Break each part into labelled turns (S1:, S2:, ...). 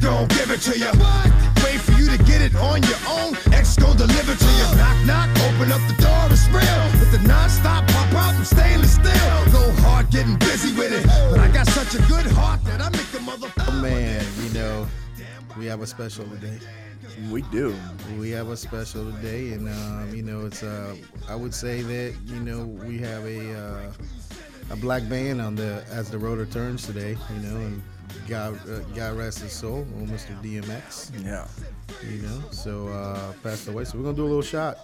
S1: gon' give it to you. Wait for you to get it on your own. X gon' deliver to you. Knock, knock, open up the door, it's real. With the non-stop pop out from stainless steel. Go hard getting busy with it. But I got such a good heart that I make a
S2: Oh,
S1: motherfucker.
S2: man, you know, we have a special today.
S3: We do.
S2: We have a special today, and um, you know, it's. Uh, I would say that you know we have a uh, a black band on the as the rotor turns today. You know, and God, uh, God rest his soul, old Mr. DMX.
S3: Yeah.
S2: You know, so uh, passed away. So we're gonna do a little shot.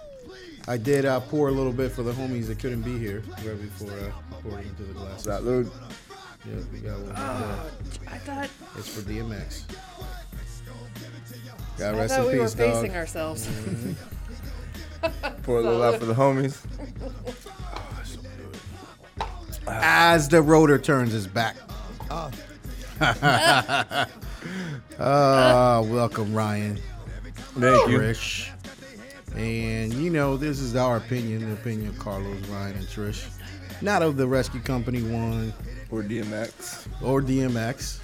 S2: I did uh, pour a little bit for the homies that couldn't be here right before I poured it into the glass.
S3: That look.
S2: Yeah, we got one.
S4: I thought,
S2: It's for DMX. God
S4: I
S2: rest
S4: thought
S2: in
S4: we were
S2: peace, dog.
S4: facing ourselves.
S3: Pour a little out for the homies.
S2: As the rotor turns his back. Ah, welcome, Ryan.
S3: Thank you.
S2: Trish. And you know, this is our opinion, the opinion of Carlos, Ryan, and Trish. Not of the rescue company one
S3: Or DMX.
S2: or DMX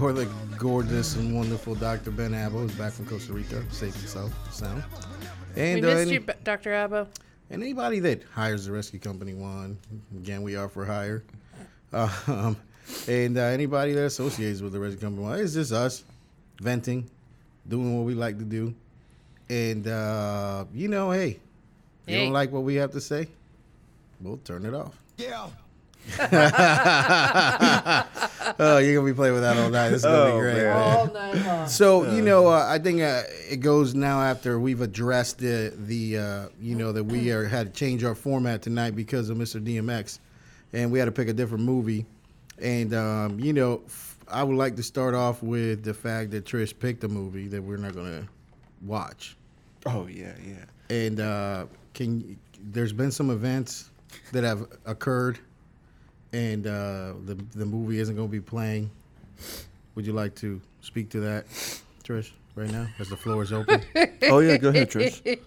S2: or the gorgeous and wonderful Dr. Ben Abbo who's back from Costa Rica, safe and so- sound.
S4: we
S2: And uh,
S4: missed
S2: any-
S4: you, B- Dr. Abbo.
S2: and anybody that hires the rescue company one, again, we are for hire. Um, and uh, anybody that associates with the rescue company one, it's just us venting, doing what we like to do. And, uh, you know, hey, if you
S4: Hey.
S2: don't like what we have to say, we'll turn it off.
S1: Yeah.
S2: Oh, you're going to be playing with that all night. This is going to
S3: Oh,
S2: be great.
S3: man.
S2: man.
S4: All night long.
S2: So you know, uh, I think uh, it goes now after we've addressed the the uh, you know that we are, had to change our format tonight because of Mr. DMX, and we had to pick a different movie, and um, you know, f- I would like to start off with the fact that Trish picked a movie that we're not gonna watch,
S3: Oh yeah, yeah.
S2: and uh, can there's been some events that have occurred, and uh, the the movie isn't going to be playing. Would you like to speak to that, Trish, right now, as the floor is open?
S3: Oh yeah. Go ahead, Trish.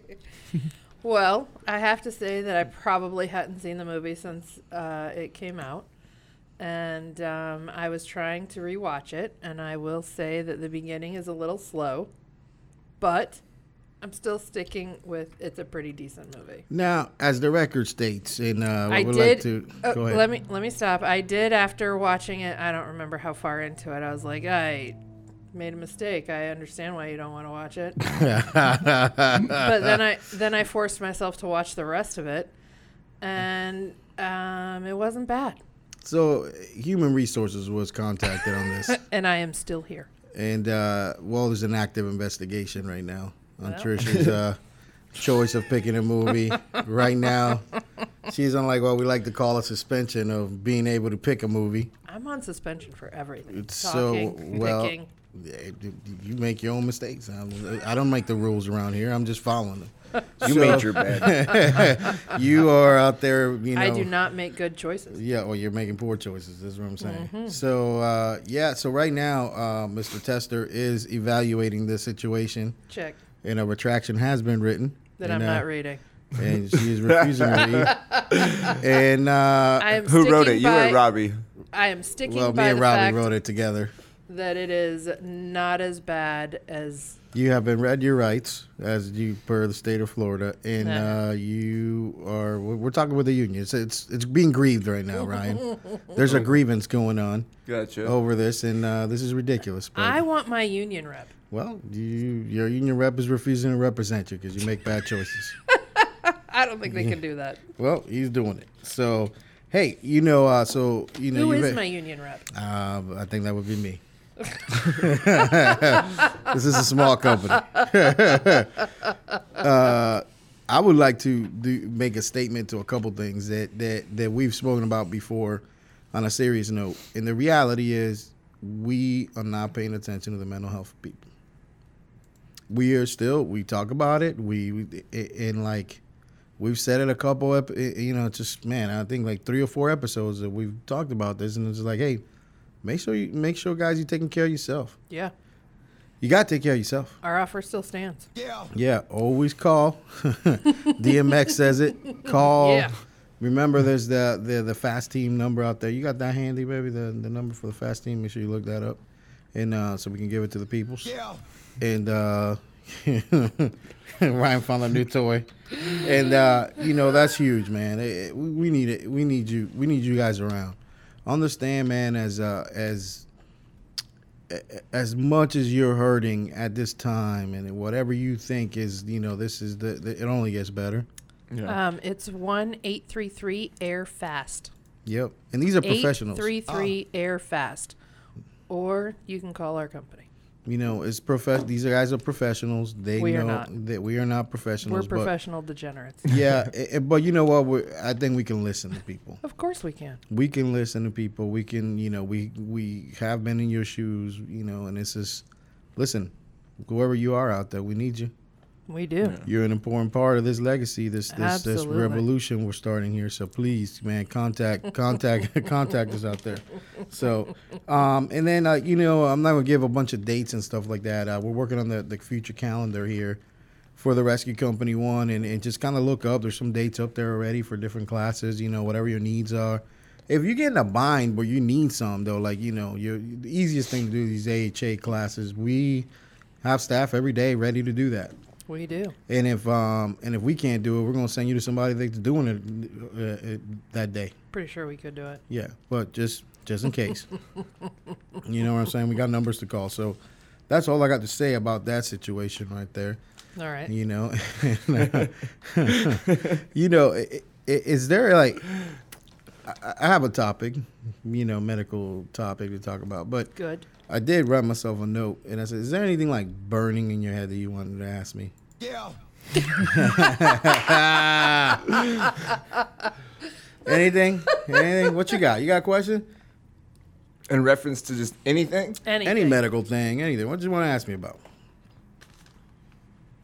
S4: Well, I have to say that I probably hadn't seen the movie since uh, it came out. And um, I was trying to rewatch it, and I will say that the beginning is a little slow, but I'm still sticking with it's a pretty decent movie.
S2: now, as the record states, and uh,
S4: I
S2: would
S4: did.
S2: like to
S4: uh,
S2: go ahead.
S4: Let me let me stop. I did after watching it. I don't remember how far into it. I was like, I made a mistake. I understand why you don't want to watch it. but then I then I forced myself to watch the rest of it, and um, it wasn't bad.
S2: so, Human Resources was contacted on this,
S4: And I am still here.
S2: and uh, well, there's an active investigation right now on
S4: Well.
S2: Trish's uh, choice of picking a movie. right now, she's on like what we like to call a suspension of being able to pick a movie.
S4: I'm on suspension for everything.
S2: It's
S4: Talking,
S2: so well.
S4: picking.
S2: yeah, you- You make your own mistakes. I'm- I don't make the rules around here. I'm just following them.
S3: You made your bed.
S2: You are out there, you know.
S4: I do not make good choices.
S2: Yeah, well, you're making poor choices. Is what I'm saying.
S4: Mm-hmm.
S2: So, uh, yeah. So right now, uh, Mr. Tester is evaluating the situation,
S4: Check
S2: and a retraction has been written.
S4: that
S2: and,
S4: I'm
S2: uh,
S4: not reading.
S2: And she is refusing to read. And uh,
S4: I am
S3: Who wrote it?
S4: sticking
S3: You
S4: by-
S3: and Robbie.
S4: I am sticking
S2: well, me
S4: by
S2: and
S4: the
S2: Robbie
S4: fact
S2: wrote it together.
S4: that it is not as bad as
S2: You have been read your rights as you per the state of Florida, and
S4: Uh-huh.
S2: uh, you are. We're we're talking with the union. It's, it's it's being grieved right now, Ryan. There's a grievance going on
S3: Gotcha.
S2: over this, and uh, this is ridiculous. But
S4: I want my union rep.
S2: well, you your union rep is refusing to represent you because you make bad choices.
S4: I don't think they can do that.
S2: well, he's doing it. So, hey, you know, uh, so you know,
S4: Who
S2: you
S4: is
S2: may-
S4: my union rep?
S2: Uh, I think that would be me. this is a small company. uh, I would like to do, make a statement to a couple things that, that, that we've spoken about before on a serious note. And the reality is, we are not paying attention to the mental health people. We are still, we talk about it. We, we and like, we've said it a couple, ep- you know, just, man, I think like three or four episodes that we've talked about this. And it's like, hey, make sure you, make sure guys, you're taking care of yourself.
S4: Yeah,
S2: You got to take care of yourself.
S4: our offer still stands.
S1: Yeah.
S2: Yeah, always call. DMX says it. Call.
S4: Yeah.
S2: Remember, there's the, the the fast team number out there. You got that handy, baby? The the number for the fast team. Make sure you look that up. and uh, so we can give it to the peoples.
S1: Yeah.
S2: and uh, Ryan found a new toy, and uh, you know that's huge, man. It- it- we- we need it. We need you. We need you guys around. Understand, man. As uh, as as much as you're hurting at this time, and whatever you think is, you know, this is the, the it only gets better.
S4: Um, it's one eight three three air fast.
S2: Yep. And these are
S4: Eight
S2: professionals.
S4: three three air fast, or you can call our company.
S2: You know, it's prof. These guys are professionals. They
S4: We are
S2: know
S4: not.
S2: that we are not
S4: We're
S2: professionals. but-
S4: professional degenerates.
S2: yeah, i- i- but you know what? We're, I think we can listen to people.
S4: Of course we can.
S2: we can listen to people. We can, you know, we we have been in your shoes, you know, and it's just listen, whoever you are out there, we need you.
S4: We do.
S2: You're an important part of this legacy, this this this
S4: Absolutely.
S2: revolution we're starting here. So please, man, contact contact contact us out there. So, um, and then uh, you know, I'm not gonna give a bunch of dates and stuff like that. Uh, we're working on the the future calendar here for the rescue company one, and, and just kind of look up. There's some dates up there already for different classes. You know, whatever your needs are. If you get in a bind where you need some though, like you know, your the easiest thing to do these AHA classes, we have staff every day ready to do that.
S4: We do.
S2: And if um and if we can't do it, we're gonna send you to somebody that's doing it uh, uh, that day.
S4: Pretty sure we could do it.
S2: Yeah, but just just in case, you know what I'm saying. We got numbers to call, so that's all I got to say about that situation right there.
S4: All right.
S2: You know, you know, i- i- is there like I- I have a topic, you know, medical topic to talk about, but
S4: Good.
S2: I did write myself a note and I said, "Is there anything like burning in your head that you wanted to ask me?"
S1: Yeah.
S2: Anything? Anything? What you got? You got a question?
S3: In reference to just anything,
S4: Anything.
S2: Any medical thing? Anything? What do you want to ask me about?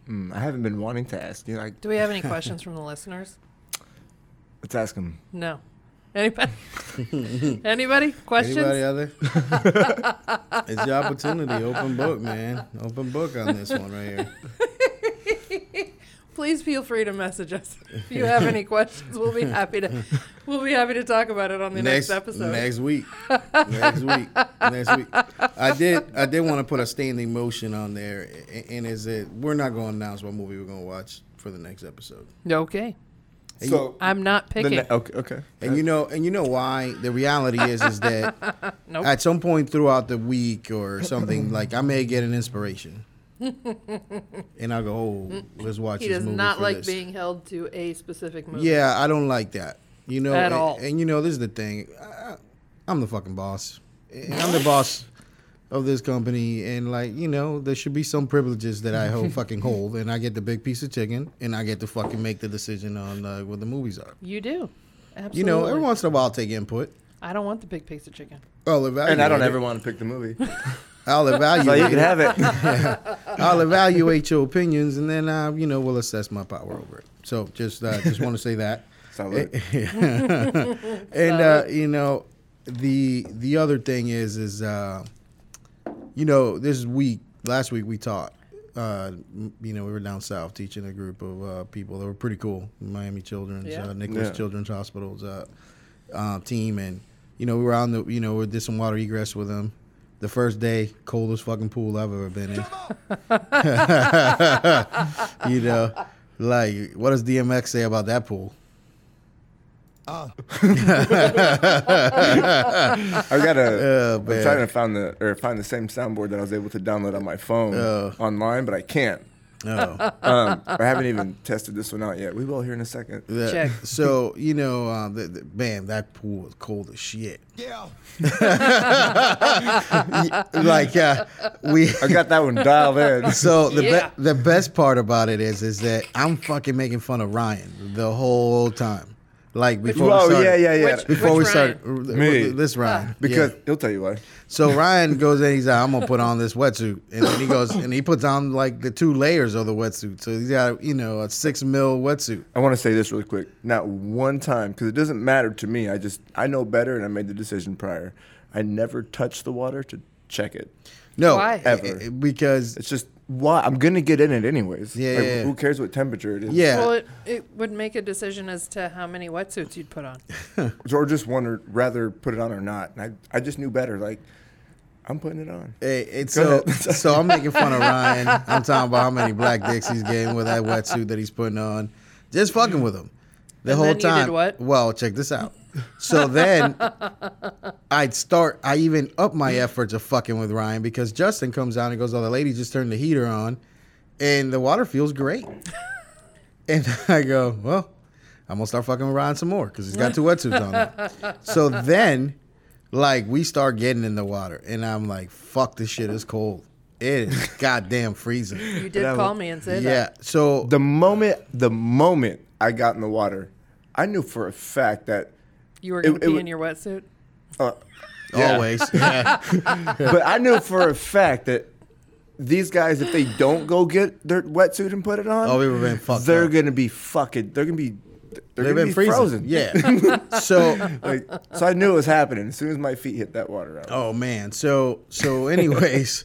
S3: Hmm, I haven't been wanting to ask you. Like,
S4: Do we have any questions from the listeners?
S3: let's ask him.
S4: No. Anybody? Anybody? Questions?
S2: Anybody other? it's your opportunity. Open book, man. Open book on this one right here.
S4: Please feel free to message us if you have any questions. We'll be happy to we'll be happy to talk about it on the next, episode.
S2: Next week. next week. Next week. I did. I did want to put a standing motion on there, a- a- and is it we're not going to announce what movie we're going to watch for the next episode.
S4: Okay.
S3: So
S4: I'm not
S3: the
S4: picking.
S3: ne- okay, okay.
S2: And you know, and you know why? The reality is, is that
S4: Nope.
S2: at some point throughout the week or something, like I may get an inspiration, and I go, "Oh, let's watch
S4: he
S2: this
S4: does
S2: movie."
S4: not
S2: for
S4: like
S2: this."
S4: being held to a specific movie.
S2: Yeah, I don't like that. You know,
S4: At
S2: and,
S4: all.
S2: And you know, this is the thing. I, I'm the fucking boss. And I'm the boss of this company, and like you know, there should be some privileges that I hold, fucking hold, and I get the big piece of chicken, and I get to fucking make the decision on uh, what the movies are.
S4: You do. Absolutely.
S2: You know, every once in a while, I'll take input.
S4: I don't want the big piece of chicken.
S2: I'll evaluate
S3: And I don't
S2: it.
S3: ever want to pick the movie.
S2: I'll evaluate.
S3: So you
S2: it.
S3: can have it.
S2: I'll evaluate your opinions, and then uh, you know we'll assess my power over it. So just uh, just want to say that.
S3: Salute.
S2: Eh, and uh, you know the the other thing is is uh, you know this week last week we taught. Uh, m- you know, we were down south teaching a group of uh, people that were pretty cool, Miami Children's,
S4: Yeah.
S2: uh, Nicholas
S3: Yeah.
S2: Children's Hospital's uh, uh, team, and you know we were on the, you know, we did some water egress with them. The first day, coldest fucking pool I've ever been in you know, like what does DMX say about that pool?
S3: I gotta.
S2: Oh,
S3: I'm
S2: man.
S3: trying to find the or find the same soundboard that I was able to download on my phone online, but I can't.
S2: Oh,
S3: Um, I haven't even tested this one out yet. We will here in a second.
S2: that-
S4: Check.
S2: So you know, uh, the, the, man, that pool was cold as shit.
S1: Yeah.
S2: like uh, we.
S3: I got that one dialed in.
S2: So the
S4: Yeah.
S2: be- the best part about it is is that I'm fucking making fun of Ryan the whole time. Like before we
S3: Oh
S2: started,
S3: yeah, yeah, yeah.
S4: Which-
S2: Before we
S4: Which Ryan?
S2: started,
S3: Me.
S2: this Ryan
S3: because
S2: yeah.
S3: he'll tell you why.
S2: So Ryan goes in, he's like, I'm gonna put on this wetsuit. And then he goes and he puts on like the two layers of the wetsuit. So he's got, you know, a six mil wetsuit.
S3: I want to say this really quick. Not one time, because it doesn't matter to me. I just I know better, and I made the decision prior. I never touch the water to check it.
S2: No.
S4: Why?
S2: Ever.
S3: Ever.
S2: Because
S3: It's just why I'm gonna get in it anyways.
S2: Yeah,
S3: Like,
S2: yeah, yeah.
S3: Who cares what temperature it is?
S2: yeah.
S4: Well, it, it would make a decision as to how many wetsuits you'd put on.
S3: or just one or rather put it on or not. And I I just knew better. Like I'm putting it on.
S2: Hey, and so so I'm making fun of Ryan. I'm talking about how many black dicks he's getting with that wetsuit that he's putting on, just fucking with him the
S4: And
S2: whole
S4: then you did
S2: time.
S4: what?
S2: Well, check this out. So then I'd start. I even up my efforts of fucking with Ryan because Justin comes out and goes, "Oh, the lady just turned the heater on, and the water feels great." and I go, "Well, I'm gonna start fucking with Ryan some more because he's got two wetsuits on." Him so then, like, we start getting in the water, and I'm like, "Fuck, this shit is cold. It is goddamn freezing."
S4: You did
S3: That
S4: call
S3: was-
S4: me and say
S2: yeah.
S4: that.
S2: So
S3: The moment, the moment I got in the water, I knew for a fact that, uh,
S4: You were
S3: It-
S4: going
S3: it
S4: to pee
S3: wa-
S4: in your wetsuit?
S3: Yeah.
S2: always, yeah.
S3: but I knew for a fact that these guys, if they don't go get their wetsuit and put it on,
S2: Oh, we would've been fucked
S3: They're
S2: up.
S3: gonna be fucking. They're gonna be. They're
S2: they've
S3: gonna
S2: been
S3: be
S2: freezing.
S3: frozen.
S2: Yeah. so
S3: Like, so I knew it was happening as soon as my feet hit that water. I was-
S2: Oh man. So so anyways,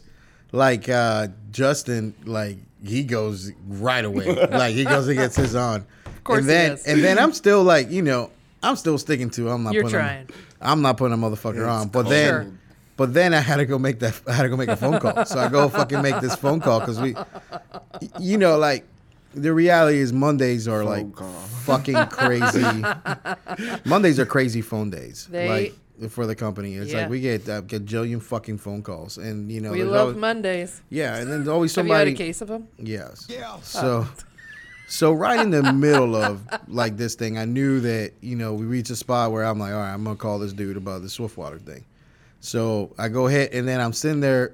S2: like uh Justin, like he goes right away. like he goes and gets his on. Of
S4: course
S2: and
S4: he
S2: then
S4: does.
S2: and then I'm still like, you know, I'm still sticking to I'm not
S4: You're
S2: putting a-
S4: trying.
S2: I'm not putting a motherfucker on. But then
S4: Sure.
S2: but then I had to go make that I had to go make a phone call. So I go fucking make this phone call cuz we you know like the reality is Mondays are like
S3: call.
S2: fucking crazy. Mondays are crazy phone days.
S4: They-
S2: like for the company. It's
S4: Yeah.
S2: like we get a gajillion fucking phone calls, and you know,
S4: We
S2: there's
S4: love
S2: always,
S4: Mondays.
S2: yeah, and then there's always
S4: Have you had
S2: somebody.
S4: a case of them?
S2: Yes.
S1: Yeah.
S2: So, so right in the middle of like this thing, I knew that you know we reached a spot where I'm like, all right, I'm gonna call this dude about the Swiftwater thing. So I go ahead, and then I'm sitting there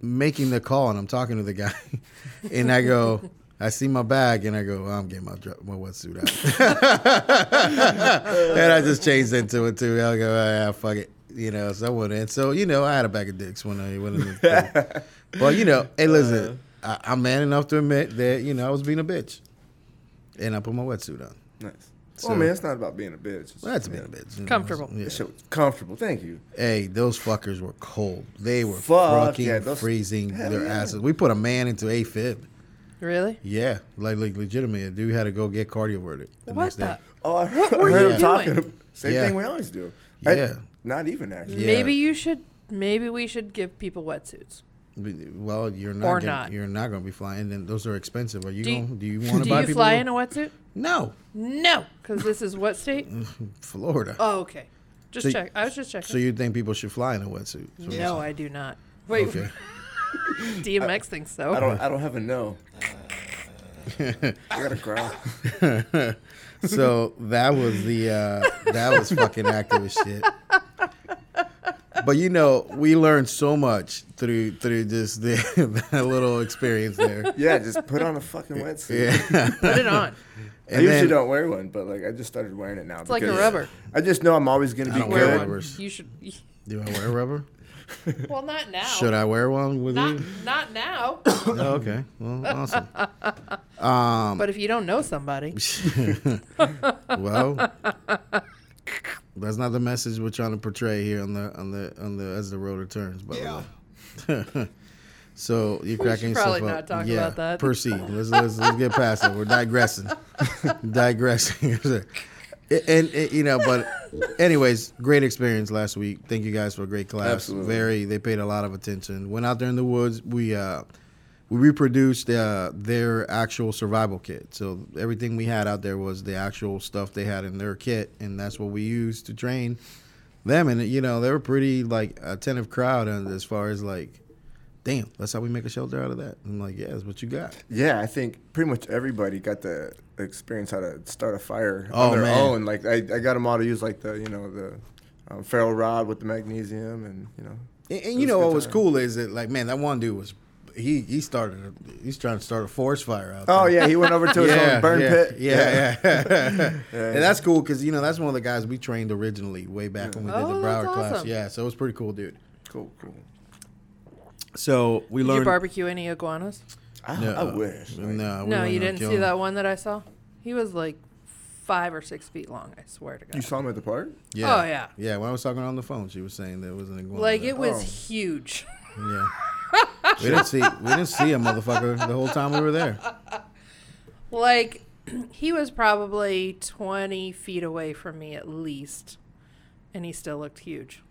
S2: making the call, and I'm talking to the guy, and I go. I see my bag and I go, I'm getting my dr- my wetsuit out, and I just changed into it too. I go, ah, yeah, fuck it, you know. So I went in. So you know, I had a bag of dicks when I went in. The well, you know, hey, listen,
S4: Uh.
S2: I, I'm man enough to admit that you know I was being a bitch, and I put my wetsuit on.
S3: nice.
S2: So-
S3: well, man, it's not about being a bitch. It's
S2: Well, that's
S3: just,
S2: being a
S3: yeah.
S2: bitch. you know,
S4: Comfortable.
S2: yeah.
S3: That shit was comfortable. Thank you.
S2: Hey, those fuckers were cold. They were
S3: Fuck,
S2: fucking
S3: yeah, those-
S2: freezing
S3: Hell
S2: their
S3: yeah.
S2: asses. We put a man into a fib.
S4: Really?
S2: Yeah, like, like legitimately, a dude had to go get cardioverted the
S4: What
S2: next day.
S4: the?
S3: Oh, I heard,
S4: were
S3: I heard
S4: you
S3: him talking.
S4: doing?
S3: Same
S2: Yeah.
S3: thing we always do. I-
S2: Yeah.
S3: not even actually.
S2: Yeah.
S4: Maybe you should. Maybe we should give people wetsuits.
S2: Well, you're not.
S4: Or
S2: gonna,
S4: not.
S2: You're not going to be flying, and those are expensive. Are you?
S4: Do you-
S2: going, do you want
S4: Do
S2: to buy
S4: you
S2: people?
S4: fly in a wetsuit?
S2: no,
S4: No, because this is what state?
S2: Mm. Florida.
S4: Oh, okay. Just
S2: So-
S4: check. I was just checking.
S2: So you think people should fly in a wetsuit? So-
S4: no, I do not. Wait,
S2: Okay.
S4: DMX thinks so.
S3: I don't. I don't have a no. I gotta cry.
S2: So that was the uh, that was fucking activist shit. But you know, we learned so much through through just the, that little experience there.
S3: Yeah, just put on a fucking wetsuit.
S2: Yeah.
S4: Put it on.
S3: I
S2: And
S3: usually
S2: then-
S3: don't wear one, but like I just started wearing it now. It's
S4: like a rubber.
S3: I just know I'm always gonna be
S2: don't
S4: Wear
S2: Yeah.
S3: good.
S4: one.
S2: Rubbers.
S4: You should.
S2: Do I wear rubber?
S4: Well, not now.
S2: Should I wear one with
S4: Not
S2: you?
S4: not now.
S2: Oh, okay. Well, awesome. Um,
S4: but if you don't know somebody,
S2: Well, that's not the message we're trying to portray here on the on the on the as the road returns. By
S1: Yeah.
S2: the way. so you're cracking yourself
S4: probably
S2: up.
S4: not talk
S2: yeah,
S4: about that.
S2: Proceed. Let's, let's let's get past it. We're digressing. digressing. And, and, you know, but anyways, great experience last week. Thank you guys for a great class.
S3: Absolutely.
S2: Very, they paid a lot of attention. Went out there in the woods. We uh, we reproduced uh, their actual survival kit. So everything we had out there was the actual stuff they had in their kit, and that's what we used to train them. And you know, they were pretty like attentive crowd, and as far as like, damn, that's how we make a shelter out of that. I'm like, yeah, that's what you got.
S3: Yeah, I think pretty much everybody got the experience how to start a fire
S2: Oh,
S3: on their
S2: man.
S3: own. Like I, I got them all to use like the you know the um, ferro rod with the magnesium and you know.
S2: And,
S3: it
S2: and
S3: was
S2: you know
S3: a good
S2: what was
S3: time.
S2: cool is that like, man, that one dude was he he started a, he's trying to start a forest fire out there.
S3: Oh yeah, he went over to his own burn
S2: yeah,
S3: pit.
S2: Yeah, yeah. and that's cool because you know that's one of the guys we trained originally way back when we did
S4: Oh,
S2: the Broward
S4: that's
S2: class.
S4: awesome.
S2: Yeah, so it was pretty cool, dude.
S3: cool, cool.
S2: So we
S4: did you
S2: learned.
S4: barbecue any iguanas?
S3: I,
S2: no,
S3: I wish.
S2: No,
S3: like,
S2: uh, we
S4: no,
S2: learned
S4: you
S2: to
S4: didn't
S2: kill
S4: see
S2: them.
S4: that one that I saw. He was like five or six feet long. I swear to God.
S3: You saw him at the park?
S2: Yeah.
S4: Oh, yeah.
S2: Yeah, when I was talking on the phone, she was saying there was an iguana.
S4: like
S2: there.
S4: it was
S3: Oh.
S4: huge.
S2: Yeah. we didn't see we didn't see a motherfucker the whole time we were there.
S4: Like he was probably twenty feet away from me at least, and he still looked huge.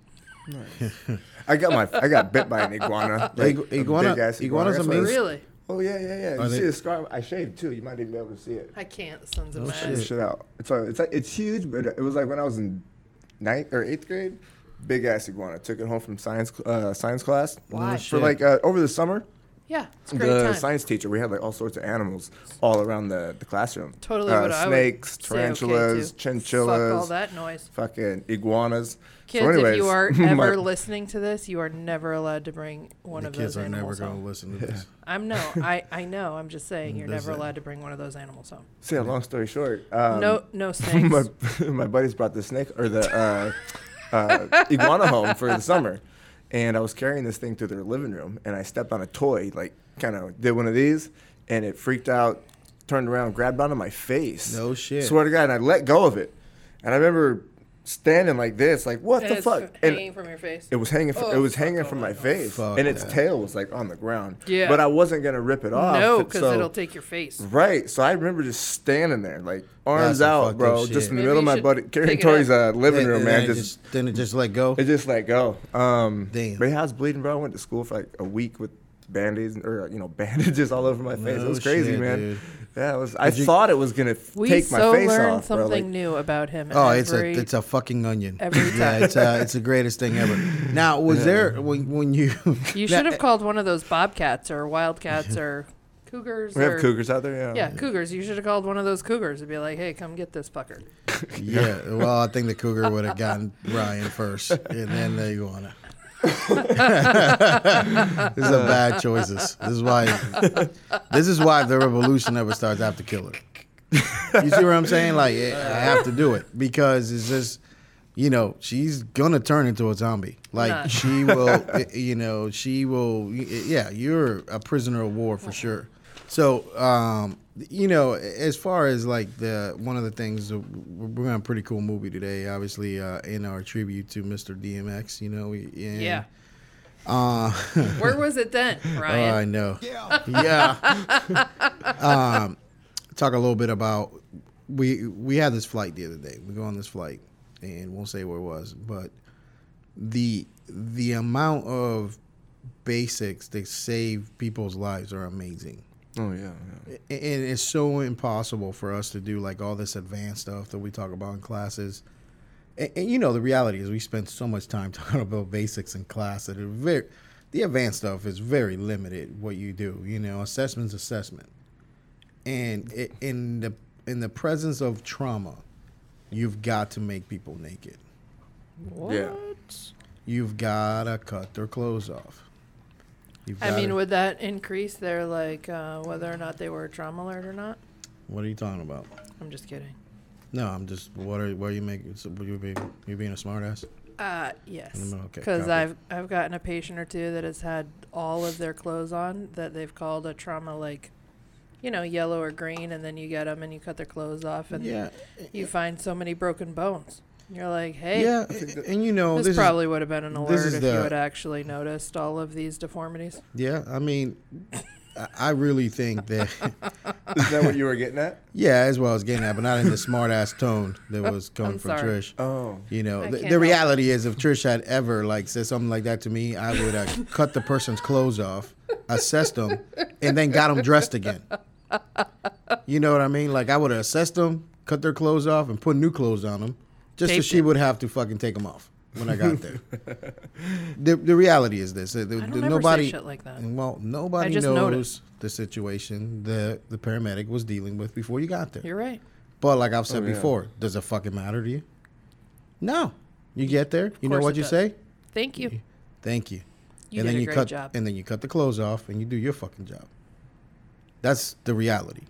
S3: I got my I got bit by an iguana. like
S2: Igu-
S3: a
S2: iguana-
S3: big-ass
S2: iguanas
S3: That's
S2: are
S3: why
S2: mean-
S3: it's-
S4: Really?
S3: Oh yeah, yeah, yeah.
S2: Are
S3: You
S2: they-
S3: see the scar? I shaved too. You might even be able to see it.
S4: I can't, sons of
S2: shit.
S4: man.
S3: This shit out. It's like, it's like it's huge, but it was like when I was in ninth or eighth grade. Big ass iguana. Took it home from science cl- uh, science class
S4: Why?
S3: for like uh, over the summer.
S4: Yeah, it's a great
S3: The
S4: time.
S3: science teacher, we had like all sorts of animals all around the, the classroom.
S4: Totally
S3: uh,
S4: what I would
S3: snakes,
S4: say okay
S3: tarantulas,
S4: to.
S3: chinchillas,
S4: Fuck all that noise.
S3: fucking iguanas.
S4: Kids,
S3: so anyways,
S4: if you are
S3: my-
S4: ever listening to this, you are never allowed to bring one
S2: The
S4: of
S2: kids
S4: those
S2: are never
S4: animals
S2: going
S4: home.
S2: to listen to this.
S4: I'm no, I, I know. I'm just saying you're
S2: That's
S4: never
S2: it.
S4: allowed to bring one of those animals home.
S3: See, a long story short, um,
S4: no, no snakes.
S3: my, Uh, my buddies brought the snake or the uh, uh, iguana home for the summer, and I was carrying this thing through their living room, and I stepped on a toy, like kind of did one of these, and it freaked out, turned around, grabbed onto my face.
S2: No shit.
S3: Swear to God, and I let go of it, and I remember standing like this, like what
S4: and
S3: the
S4: it's
S3: fuck,
S4: hanging
S3: and
S4: from your face.
S3: it was hanging. From,
S4: Oh,
S3: it was
S4: fuck,
S3: hanging
S4: oh
S3: from
S4: my
S3: my
S4: God.
S3: face,
S2: Fuck
S3: and its
S2: that.
S3: tail was like on the ground.
S4: Yeah.
S3: But I wasn't gonna rip it off.
S4: no, because
S3: so-
S4: it'll take your face.
S3: Right. So I remember just standing there, like
S2: That's
S3: arms
S2: some
S3: out,
S2: fucked
S3: bro,
S2: up shit.
S3: just in the
S4: Maybe
S3: middle of
S4: you
S3: my
S4: should
S3: buddy carrying
S4: pick it up.
S3: Tory's uh, living
S2: Then-
S3: room,
S2: then
S3: man.
S2: it
S3: Just
S2: then it just let go.
S3: it just let go. Um,
S2: Damn.
S3: But yeah, I was bleeding, bro. I went to school for like a week with band-aids or you know bandages all over my face.
S2: No
S3: it was crazy,
S2: shit,
S3: man.
S2: dude.
S3: Yeah, it was. I
S2: Did you-
S3: thought it was gonna f-
S4: We
S3: take my
S4: so
S3: face
S4: learned
S3: off, bro.
S4: something
S3: Like,
S4: new about him.
S2: Oh,
S4: every,
S2: it's a it's a fucking onion.
S4: every
S2: Yeah,
S4: time.
S2: it's uh, it's the greatest thing ever. Now, was there when when you
S4: you should have called one of those bobcats or wildcats or cougars.
S3: we
S4: or,
S3: have cougars out there.
S4: Yeah, cougars. You should have called one of those cougars and be like, "Hey, come get this fucker."
S2: Yeah, well, I think the cougar would have gotten Ryan first, and then the iguana. These are bad choices. This is why. This is why the revolution never starts after killing. You see what I'm saying? Like I have to do it because it's just, you know, she's gonna turn into a zombie. Like
S4: Nah.
S2: she will, you know, she will. Yeah, you're a prisoner of war for sure. So, um, you know, as far as like the one of the things uh, we're going a pretty cool movie today, obviously uh, in our tribute to Mr. DMX. You know, we- and,
S4: Yeah.
S2: Uh,
S4: Where was it then, Ryan?
S2: Oh, I know
S1: Yeah.
S2: yeah. um, talk a little bit about we we had this flight the other day. We go on this flight, and won't say where it was, but the the amount of basics that save people's lives are amazing
S3: Oh yeah. yeah.
S2: and it's so impossible for us to do like all this advanced stuff that we talk about in classes. And, and you know, the reality is we spend so much time talking about basics in class that it very, the advanced stuff is very limited. What you do, you know, assessment's assessment, and i in the in the presence of trauma, you've got to make people naked.
S3: Oh,
S4: What?
S3: Yeah.
S2: You've got to cut their clothes off. You've
S4: I
S2: gotta-
S4: mean, would that increase their like uh, whether or not they were trauma alert or not?
S2: what are you talking about?
S4: I'm just kidding.
S2: No, I'm just. What are? What are you making? You being? You being a smartass?
S4: Uh, yes.
S2: Mm, okay,
S4: Because
S2: copy.
S4: I've I've gotten a patient or two that has had all of their clothes on that they've called a trauma like, you know, yellow or green, and then you get them and you cut their clothes off, and
S2: Yeah.
S4: you find so many broken bones. You're like, hey,
S2: yeah, and, and you know,
S4: this,
S2: this, is-
S4: probably would have been an
S2: this
S4: alert
S2: is
S4: if you
S2: the-
S4: had actually noticed all of these deformities.
S2: yeah, I mean, I- I really think that,
S3: Is that what you were getting at?
S2: yeah, as well as getting that, but not in the smart ass tone that was coming from
S4: sorry.
S2: Trish.
S3: Oh.
S2: You know,
S4: I
S2: the,
S4: can't
S2: the
S4: help
S2: reality is, if Trish had ever like said something like that to me, I would uh, cut the person's clothes off, assessed them, and then got them dressed again. You know what I mean? Like I would have assessed them, cut their clothes off, and put new clothes on them, just so
S4: Taped
S2: she
S4: it.
S2: would have to fucking take them off when I got there. the, the reality is this: uh, the,
S4: I don't
S2: the-
S4: ever say
S2: nobody,
S4: shit like that.
S2: Well, nobody knows
S4: just noticed.
S2: the situation that the paramedic was dealing with before you got there.
S4: You're right.
S2: But like I've said
S3: yeah.
S2: before, does it fucking matter to you? No. You get there. You know
S4: course
S2: what
S4: it
S2: you
S4: does.
S2: say?
S4: Thank you.
S2: Thank you.
S4: You
S2: and
S4: did
S2: then
S4: a
S2: you
S4: great
S2: cut
S4: job.
S2: and then you cut the clothes off and you do your fucking job. That's the reality.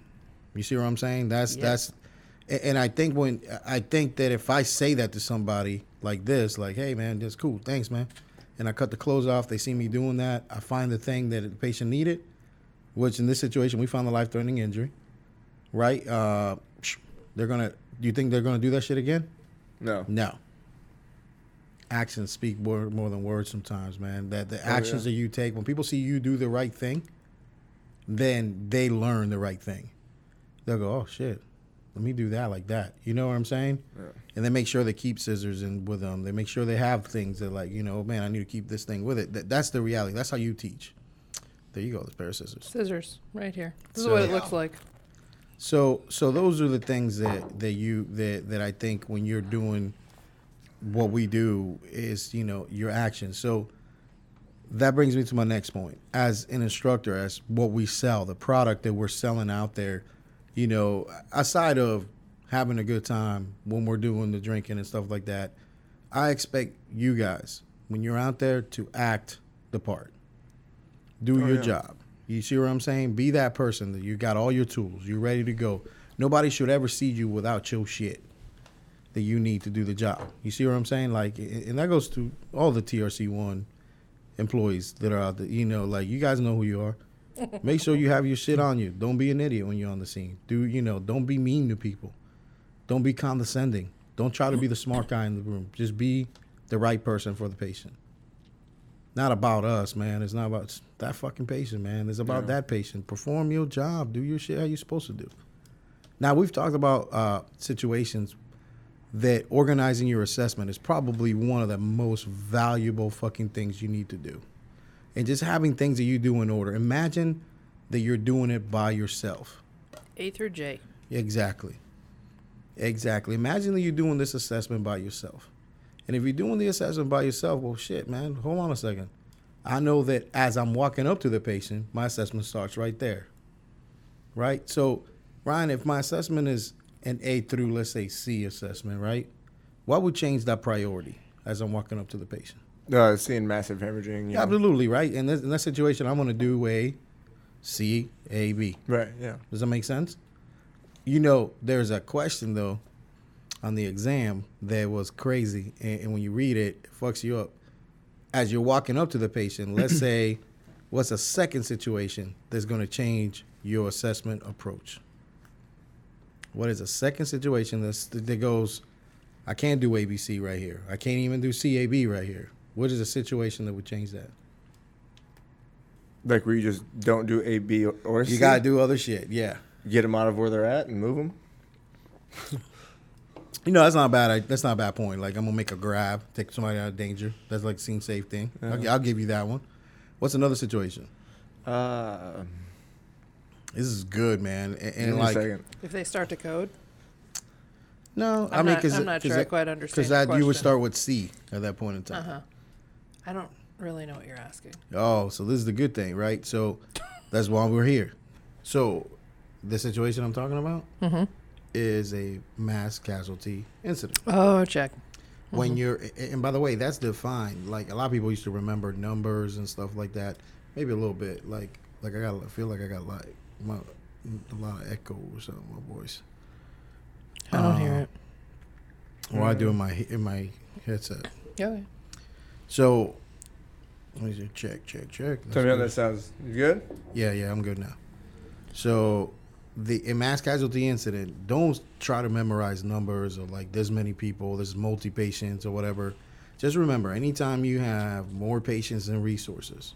S2: You see what I'm saying? That's
S4: Yeah.
S2: that's a- and I think when I think that if I say that to somebody like this, like, "Hey man, that's cool. Thanks, man." And I cut the clothes off, they see me doing that, I find the thing that the patient needed, which in this situation we found a life-threatening injury, right? Uh they're going to do you think they're going to do that shit again?
S3: No.
S2: No. Actions speak more, more than words sometimes, man. That the
S3: yeah.
S2: actions that you take, when people see you do the right thing, then they learn the right thing. They'll go, oh shit, let me do that like that. You know what I'm saying? And they make sure they keep scissors and with them. They make sure they have things that like you know, "Oh, man, I need to keep this thing with it. That, that's the reality. That's how you teach. There you go. This pair of scissors.
S4: Scissors, right here. This
S2: So-
S4: is what it looks like.
S2: So so those are the things that that you that that I think when you're doing what we do is you know your actions. So that brings me to my next point as an instructor as what we sell the product that we're selling out there you know aside of having a good time when we're doing the drinking and stuff like that i expect you guys when you're out there to act the part do your job you see what i'm saying be that person that you got all your tools you're ready to go nobody should ever see you without your shit that you need to do the job you see what i'm saying like and and that goes to all the trc1 employees that are out there. You know, like you guys know who you are. Make sure you have your shit on you. Don't be an idiot when you're on the scene. Do you know? Don't be mean to people. Don't be condescending. Don't try to be the smart guy in the room. Just be the right person for the patient. Not about us, man. It's not about s- that fucking patient, man. It's about that patient. Perform your job. Do your shit how you're supposed to do. Now we've talked about uh, situations that organizing your assessment is probably one of the most valuable fucking things you need to do. And just having things that you do in order. Imagine that you're doing it by yourself.
S4: A through J.
S2: Exactly. Exactly. Imagine that you're doing this assessment by yourself. And if you're doing the assessment by yourself, well, shit, man, hold on a second. I know that as I'm walking up to the patient, my assessment starts right there. Right? So, Ryan, if my assessment is an A through, let's say, C assessment, right? What would change that priority as I'm walking up to the patient?
S3: Uh, seeing massive hemorrhaging. Yeah.
S2: Absolutely, right? In, this, in that situation, I'm going to do A, C, A, B.
S3: Right. Yeah.
S2: Does that make sense? You know, there's a question though on the exam that was crazy, and, and when you read it, it fucks you up. As you're walking up to the patient, let's say, what's a second situation that's going to change your assessment approach? What is a second situation that's, that goes, I can't do ABC right here. I can't even do CAB right here. What is a situation that would change that?
S3: Like where you just don't do A, B, or C.
S2: You got to do other shit. Yeah.
S3: Get them out of where they're at and move them.
S2: You know, that's not a bad. I- That's not a bad point. Like I'm gonna make a grab, take somebody out of danger. That's like scene safe thing.
S3: Uh-huh.
S2: I'll gi- I'll, give you that one. What's another situation?
S3: Uh,
S2: This is good, man. And,
S3: in
S2: and like,
S3: a second.
S4: If they start to code,
S2: no, i
S4: I'm
S2: mean,
S4: not-
S2: cause
S4: I'm
S2: it-
S4: not
S2: 'cause
S4: sure I
S2: that-
S4: quite understand the
S2: that you would
S4: question.
S2: start with C at that point in time.
S4: uh-huh. I don't really know what you're asking.
S2: Oh, so this is the good thing, right? So that's why we're here. So the situation I'm talking about
S4: Mm-hmm.
S2: is a mass casualty incident.
S4: Oh, check.
S3: Mm-hmm.
S2: when you're a- and by the way that's defined like a lot of people used to remember numbers and stuff like that maybe a little bit like like i got I feel like i got like my, a lot of echo or something in my voice
S4: I don't hear
S2: Oh.
S4: it.
S2: or i
S3: Mm.
S2: do in my he- in my headset
S4: Yeah.
S2: so let me just check check check
S3: Tell me how that
S2: That's
S3: sounds. You good?
S2: good. yeah yeah i'm good now so the a mass casualty incident don't try to memorize numbers or like this many people there's multi patients or whatever just remember anytime you have more patients and resources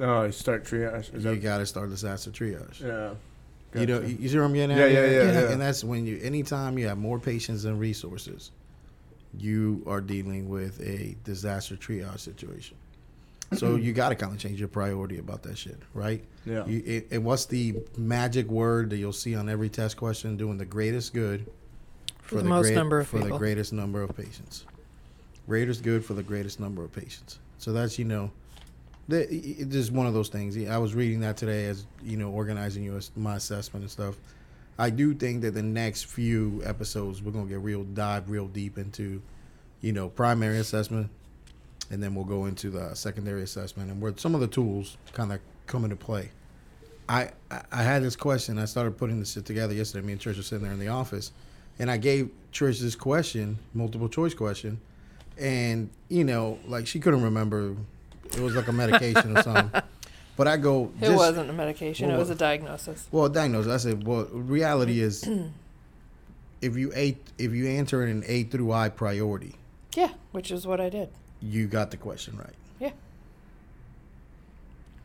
S3: Oh, you start triage. Is
S2: you
S3: that,
S2: got to start disaster triage.
S3: yeah.
S2: You know,
S3: Gotcha.
S2: you, you see what I'm getting at?
S3: Yeah, yeah, yeah,
S2: And-
S3: yeah.
S2: And that's when you, anytime you have more patients and resources, you are dealing with a disaster triage situation. So
S3: Mm-hmm.
S2: you got to kind of change your priority about that shit, right?
S3: Yeah.
S2: You, it, and what's the magic word that you'll see on every test question? Doing the greatest good
S4: For the most number of
S2: for the
S4: people.
S2: greatest number of patients. Greatest good for the greatest number of patients. So that's you know, the, it- it's just one of those things. I was reading that today as you know organizing your my assessment and stuff. I do think that the next few episodes we're gonna get real dive real deep into, you know, primary assessment, and then we'll go into the secondary assessment and where some of the tools kind of come into play. I, I- I had this question. I started putting this shit together yesterday. Me and Trish were sitting there in the office, and I gave Trish this question, multiple choice question, and you know, like she couldn't remember. It was like a medication or something. But I go.
S4: It
S2: just-
S4: wasn't a medication.
S2: Well,
S4: it was a
S2: what-
S4: diagnosis.
S2: Well, diagnosed. I said. Well, reality is, if you a if you answer in an A through I priority,
S4: Yeah, which is what I did.
S2: you got the question right.
S4: Yeah.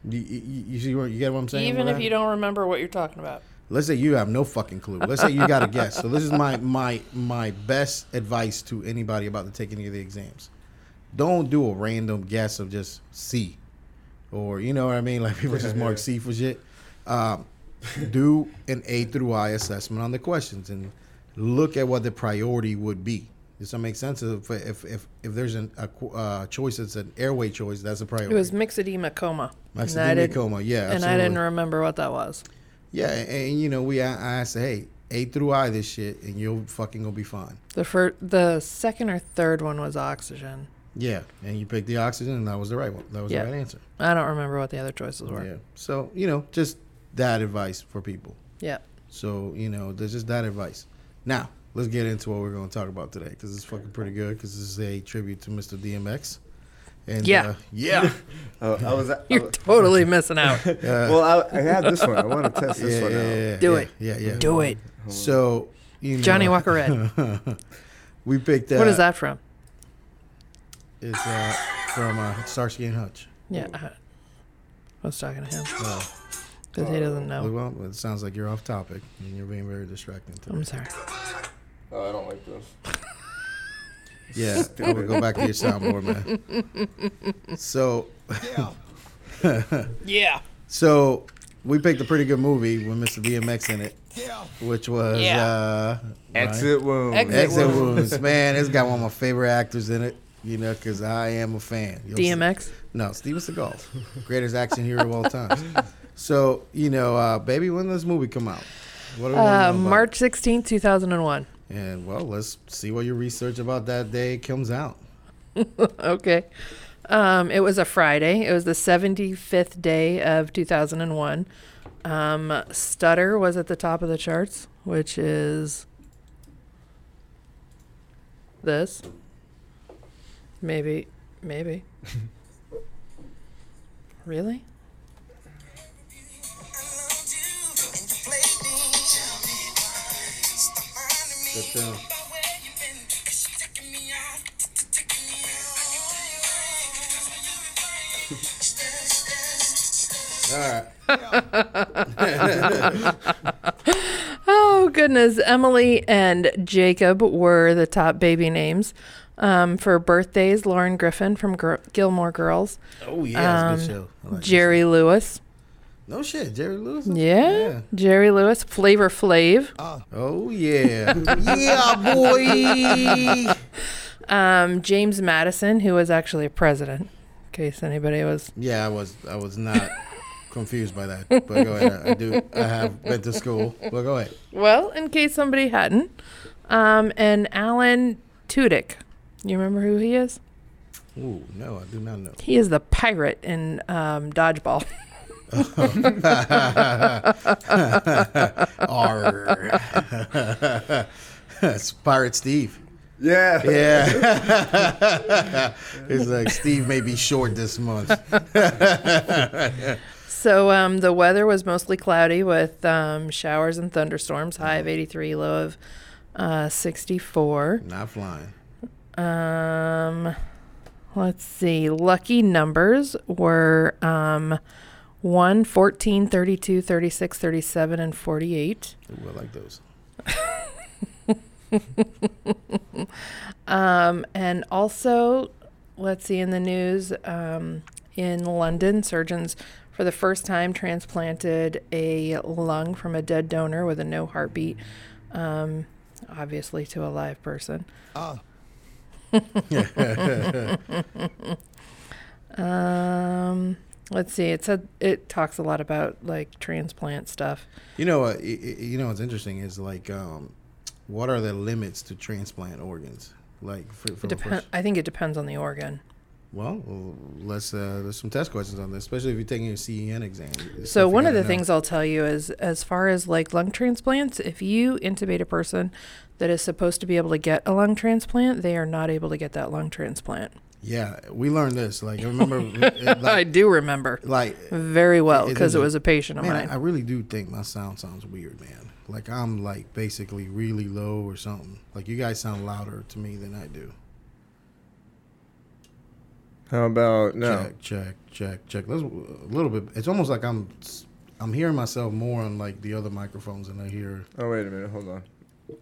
S2: You, you, you see what you get what I'm saying?
S4: Even
S2: with
S4: if
S2: that?
S4: you don't remember what you're talking about.
S2: Let's say you have no fucking clue. Let's say you got a guess. So this is my my my best advice to anybody about to take any of the exams. Don't do a random guess of just C, or you know what I mean. Like people just mark C for shit. Um, do an A through I assessment on the questions and look at what the priority would be. Does that make sense? If if if, if there's an, a qu- uh, choice, it's an airway choice. That's a priority.
S4: It was myxedema coma. And I
S2: Myxedema
S4: didn't-
S2: coma, yeah,
S4: And I didn't
S2: absolutely.
S4: remember what that was.
S2: Yeah, and, and, you know, we I, I asked, hey, A through I this shit, and you'll fucking gonna be fine.
S4: The fir- the second or third one was oxygen.
S2: Yeah, and you picked the oxygen, and that was the right one. That was
S4: Yeah.
S2: the right answer.
S4: I don't remember what the other choices were.
S2: Yeah. So you know, just that advice for people.
S4: Yeah.
S2: So you know, there's just that advice. Now let's get into what we're gonna talk about today because it's fucking pretty good because this is a tribute to Mr. DMX. And
S4: Yeah.
S2: uh, yeah,
S3: Oh, I was. I
S4: You're
S3: was-
S4: totally missing out.
S3: well, I, I had this one. I want to test this
S2: yeah,
S3: one
S2: yeah,
S3: out.
S2: yeah,
S4: Do
S2: yeah,
S4: it.
S2: Yeah, yeah.
S4: Do it.
S2: So you know,
S4: Johnny Walker Red.
S2: we picked. Uh,
S4: What is that from?
S2: It's uh, from uh, Starsky and Hutch.
S4: Yeah. I I was talking to him. Because he doesn't know.
S2: Well, it sounds like you're off topic and you're being very distracting. To
S4: I'm sorry.
S3: Oh, I don't like this.
S2: yeah, I would go back to your soundboard, man. So,
S4: Yeah.
S2: so we picked a pretty good movie with Mr. DMX in it,
S1: Yeah.
S2: which was
S4: Yeah.
S2: uh,
S3: Exit wound.
S4: Exit
S2: Right? Exit
S4: Wounds.
S2: Wounds. Man, it's got one of my favorite actors in it. You know, because I am a fan. You'll see.
S4: DMX.
S2: No, Steven Seagal, greatest action hero of all time. So, you know, uh, baby, when does this movie come out? What do we wanna know
S4: Uh,
S2: about it?
S4: March 16, 2001.
S2: And well, let's see what your research about that day comes out.
S4: Okay. Um, it was a Friday. It was the 75th day of 2001. Um, Stutter was at the top of the charts, which is this. Maybe, maybe. really?
S2: All right.
S4: Oh, goodness. Emily and Jacob were the top baby names. Um, for birthdays, Lauren Griffin from Gr- Gilmore Girls,
S2: Oh yeah, it's a good
S4: Um,
S2: show. I like it.
S4: Jerry Lewis.
S2: No shit, Jerry Lewis.
S4: Yeah.
S2: Yeah.
S4: Jerry Lewis, Flavor Flav,
S2: Oh yeah, yeah, boy.
S4: um, James Madison, who was actually a president, in case anybody was.
S2: Yeah, I was, I was not confused by that. But go ahead. I do. I have been to school. But go ahead.
S4: Well, in case somebody hadn't. Um, and Alan Tudyk. You remember who he is?
S2: Ooh, no, I do not know.
S4: He is the pirate in um, Dodgeball.
S2: R. That's Pirate Steve.
S3: Yeah.
S2: Yeah. He's like, Steve may be short this month.
S4: so um, the weather was mostly cloudy with um, showers and thunderstorms, high of 83, low of uh, 64.
S2: Not flying.
S4: Um, let's see. Lucky numbers were um, 1, 14, 32, 36, 37, and 48.
S2: Ooh, I like those.
S4: Um, and also, let's see in the news um, in London, surgeons for the first time transplanted a lung from a dead donor with a no heartbeat, um, obviously to a live person. Um, let's see. It said it talks a lot about like transplant stuff.
S2: You know, uh, i- i- you know what's interesting is like, um, what are the limits to transplant organs? Like, for, for
S4: It depend. I think it depends on the organ.
S2: well, well, let's. Uh, there's some test questions on this, especially if you're taking your CEN exam. It's
S4: So
S2: stuff you
S4: one of
S2: gotta
S4: the
S2: know.
S4: things I'll tell you is, as far as like lung transplants, if you intubate a person that is supposed to be able to get a lung transplant, they are not able to get that lung transplant.
S2: Yeah, we learned this. Like, I remember, it,
S4: I
S2: like,
S4: do remember
S2: like
S4: very well
S2: It
S4: because it
S2: is a-
S4: was a patient of
S2: man,
S4: mine.
S2: I, I really do think my sound sounds weird, man. Like I'm like basically really low or something. Like you guys sound louder to me than I do.
S3: How about no?
S2: Check, check, check, check. That's a little bit. It's almost like I'm s- I'm hearing myself more on like the other microphones than I hear.
S3: Oh wait a minute, hold on.
S2: Yeah,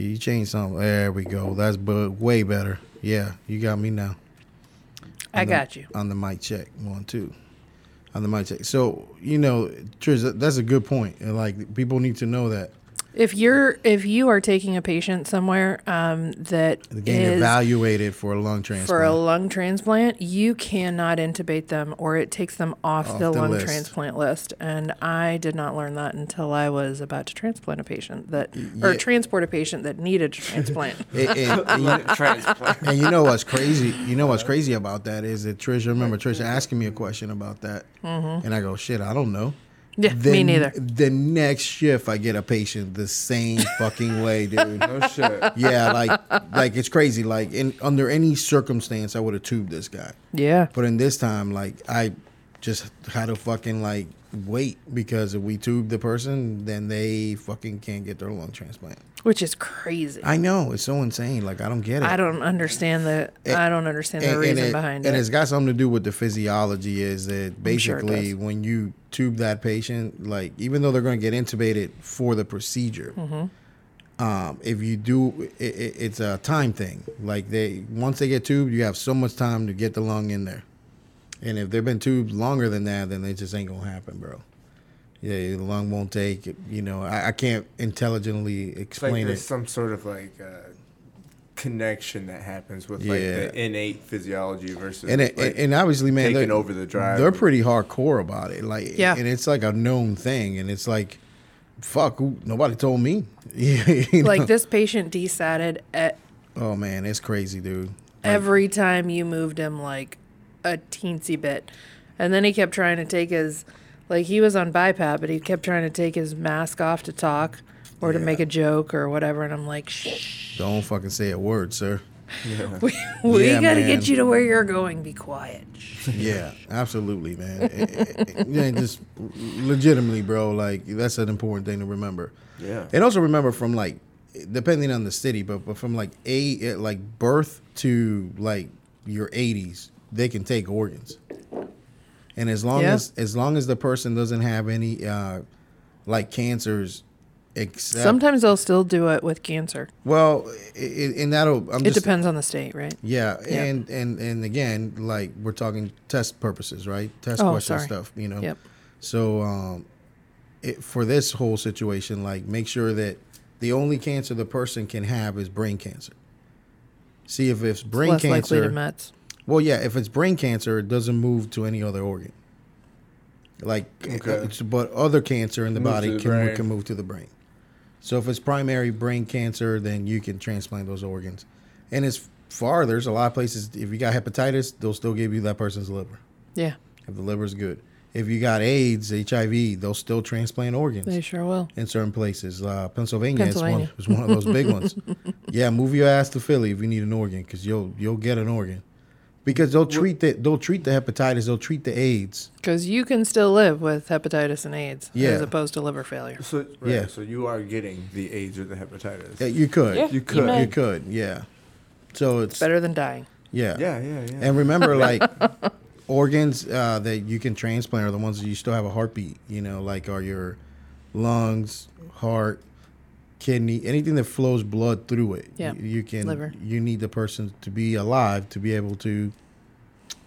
S2: You changed something. There we go. That's but way better. Yeah, you got me now.
S4: I got you.
S2: on the mic check one two on the mic check so you know Trish, that- that's a good point and like people need to know that
S4: If you're if you are taking a patient somewhere um, that
S2: getting
S4: is
S2: evaluated for a lung
S4: for a
S2: transplant
S4: lung transplant, you cannot intubate them, or it takes them off, the,
S2: the
S4: lung
S2: list.
S4: transplant list. And I did not learn that until I was about to transplant a patient that or
S2: yeah.
S4: transport a patient that needed a transplant.
S2: And- and- and you-
S3: Transplant.
S2: and you know what's crazy? You know what's crazy about that is that Trisha. Remember Trisha asking me a question about that, and I go, "Shit, I don't know."
S4: Yeah,
S2: The-
S4: me neither.
S2: The next shift, I get a patient the same fucking way, dude.
S3: No shit.
S2: yeah, like, like it's crazy. Like, in under any circumstance, I would have tubed this guy.
S4: Yeah.
S2: But in this time, like I just had to fucking like wait because if we tube the person, then they fucking can't get their lung transplant.
S4: Which is crazy. I,
S2: I know it's so insane. Like I don't get it.
S4: don't understand the I don't understand the reason
S2: it,
S4: behind
S2: and
S4: it.
S2: has got something to do with the physiology. Is that
S4: sure it
S2: basically
S4: does.
S2: when you tube that patient, like even though they're going to get intubated for the procedure,
S4: Mm-hmm.
S2: um, if you do, i i it's a time thing. Like they once they get tubed, you have so much time to get the lung in there, and if they've been tubed longer than that, then it just ain't gonna happen, bro. Yeah, the lung won't take. You know, I, I can't intelligently
S3: It's like
S2: explain
S3: there's
S2: it.
S3: some sort of like uh, connection that happens with like
S2: Yeah.
S3: the innate physiology versus
S2: and it,
S3: like,
S2: and obviously, man,
S3: taking
S2: they're-
S3: over the drive.
S2: They're pretty hardcore about it, like
S4: Yeah.
S2: and it's like a known thing, and it's like, fuck, who- nobody told me. Yeah, you know?
S4: like this patient desatted at
S2: oh man, it's crazy, dude.
S4: every time you moved him like a teensy bit. And then he kept trying to take his like he was on BiPAP, but he kept trying to take his mask off to talk or to make a joke or whatever. And I'm like, shh,
S2: Don't fucking say a word, sir.
S4: we, we
S2: Yeah,
S4: gotta
S2: man.
S4: get you to where you're going. Be quiet.
S2: Yeah, absolutely, man. It- it- it- yeah, just legitimately, bro. Like that's an important thing to remember.
S3: Yeah.
S2: and also remember from like, depending on the city, but but from like a eh, like birth to like your 80s, they can take organs. And as long
S4: Yeah.
S2: as as long as the person doesn't have any uh like cancers, except
S4: Sometimes they'll still do it with cancer.
S2: well, i- i and that'll I'm
S4: It
S2: just
S4: depends on the state, right?
S2: yeah,
S4: Yeah.
S2: and and and again, like we're talking test purposes, right? Test
S4: Oh,
S2: question
S4: sorry.
S2: stuff, you know.
S4: Yep.
S2: So, um, it, for this whole situation, like make sure that the only cancer the person can have is brain cancer. See if it's brain
S4: Less likely to
S2: cancer.
S4: Mets.
S2: Well, yeah, if it's brain cancer, it doesn't move to any other organ. Like, uh,
S3: Okay.
S2: it's, but other cancer in the
S3: Moves to
S2: body
S3: the
S2: can,
S3: brain.
S2: can move to the brain. So if it's primary brain cancer, then you can transplant those organs. And it's far, there's a lot of places, if you got hepatitis, they'll still give you that person's liver
S4: Yeah,
S2: if the liver's good. If you got AIDS, HIV, they'll still transplant organs
S4: they sure will.
S2: in certain places. Uh, Pennsylvania,
S4: Pennsylvania.
S2: Is, one, is one of those big ones. Yeah, move your ass to Philly if you need an organ, because you'll you'll get an organ, because they'll treat the they'll treat the hepatitis, they'll treat the AIDS.
S4: Because you can still live with hepatitis and AIDS
S2: Yeah.
S4: as opposed to liver failure.
S3: So right,
S2: Yeah.
S3: so you are getting the AIDS or the hepatitis.
S2: Yeah, you could,
S4: Yeah,
S2: you,
S3: you could.
S4: may.
S2: you could, yeah. So it's
S4: Better than dying.
S2: yeah,
S3: Yeah, yeah, yeah.
S2: And remember, like organs uh, that you can transplant are the ones that you still have a heartbeat. You know, like are your lungs, heart, kidney, anything that flows blood through it.
S4: Yeah.
S2: You, you can.
S4: Liver.
S2: You need the person to be alive to be able to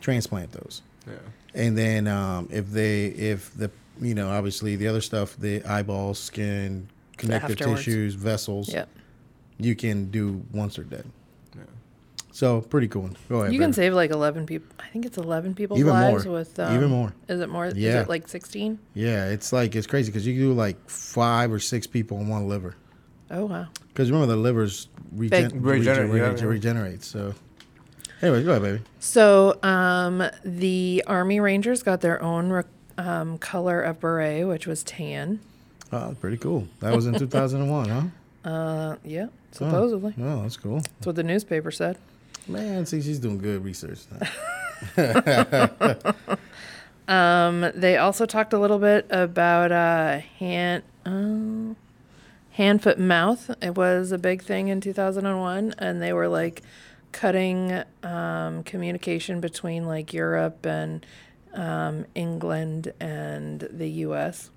S2: transplant those.
S3: yeah.
S2: And then um, if they, if the, you know, obviously the other stuff, the eyeballs, skin, connective
S4: Afterwards.
S2: tissues, vessels,
S4: Yep.
S2: you can do once they're dead.
S3: yeah.
S2: So pretty cool. Go ahead.
S4: You can
S2: Brandon.
S4: save like eleven people. I think it's eleven people's
S2: Even
S4: lives
S2: more.
S4: with um,
S2: Even more.
S4: Is it more?
S2: Yeah.
S4: Is it like sixteen?
S2: Yeah, it's like it's crazy because you can do like five or six people in one liver.
S4: Oh wow.
S2: Because remember the liver's regen-
S4: Big.
S3: Regenerate,
S2: regen-
S3: yeah,
S2: regen-
S3: yeah.
S2: regenerates. So, anyway, go ahead, baby.
S4: So um, the Army Rangers got their own re- um, color of beret, which was tan.
S2: Oh, pretty cool. That was in 2001, huh?
S4: Uh, yeah, supposedly
S2: Oh, that's cool.
S4: that's what the newspaper said.
S2: Man, see, she's doing good research.
S4: Um, they also talked a little bit about uh, hand. oh hand foot mouth it was a big thing in 2001 and they were like cutting um, communication between like europe and um, England and the U.S.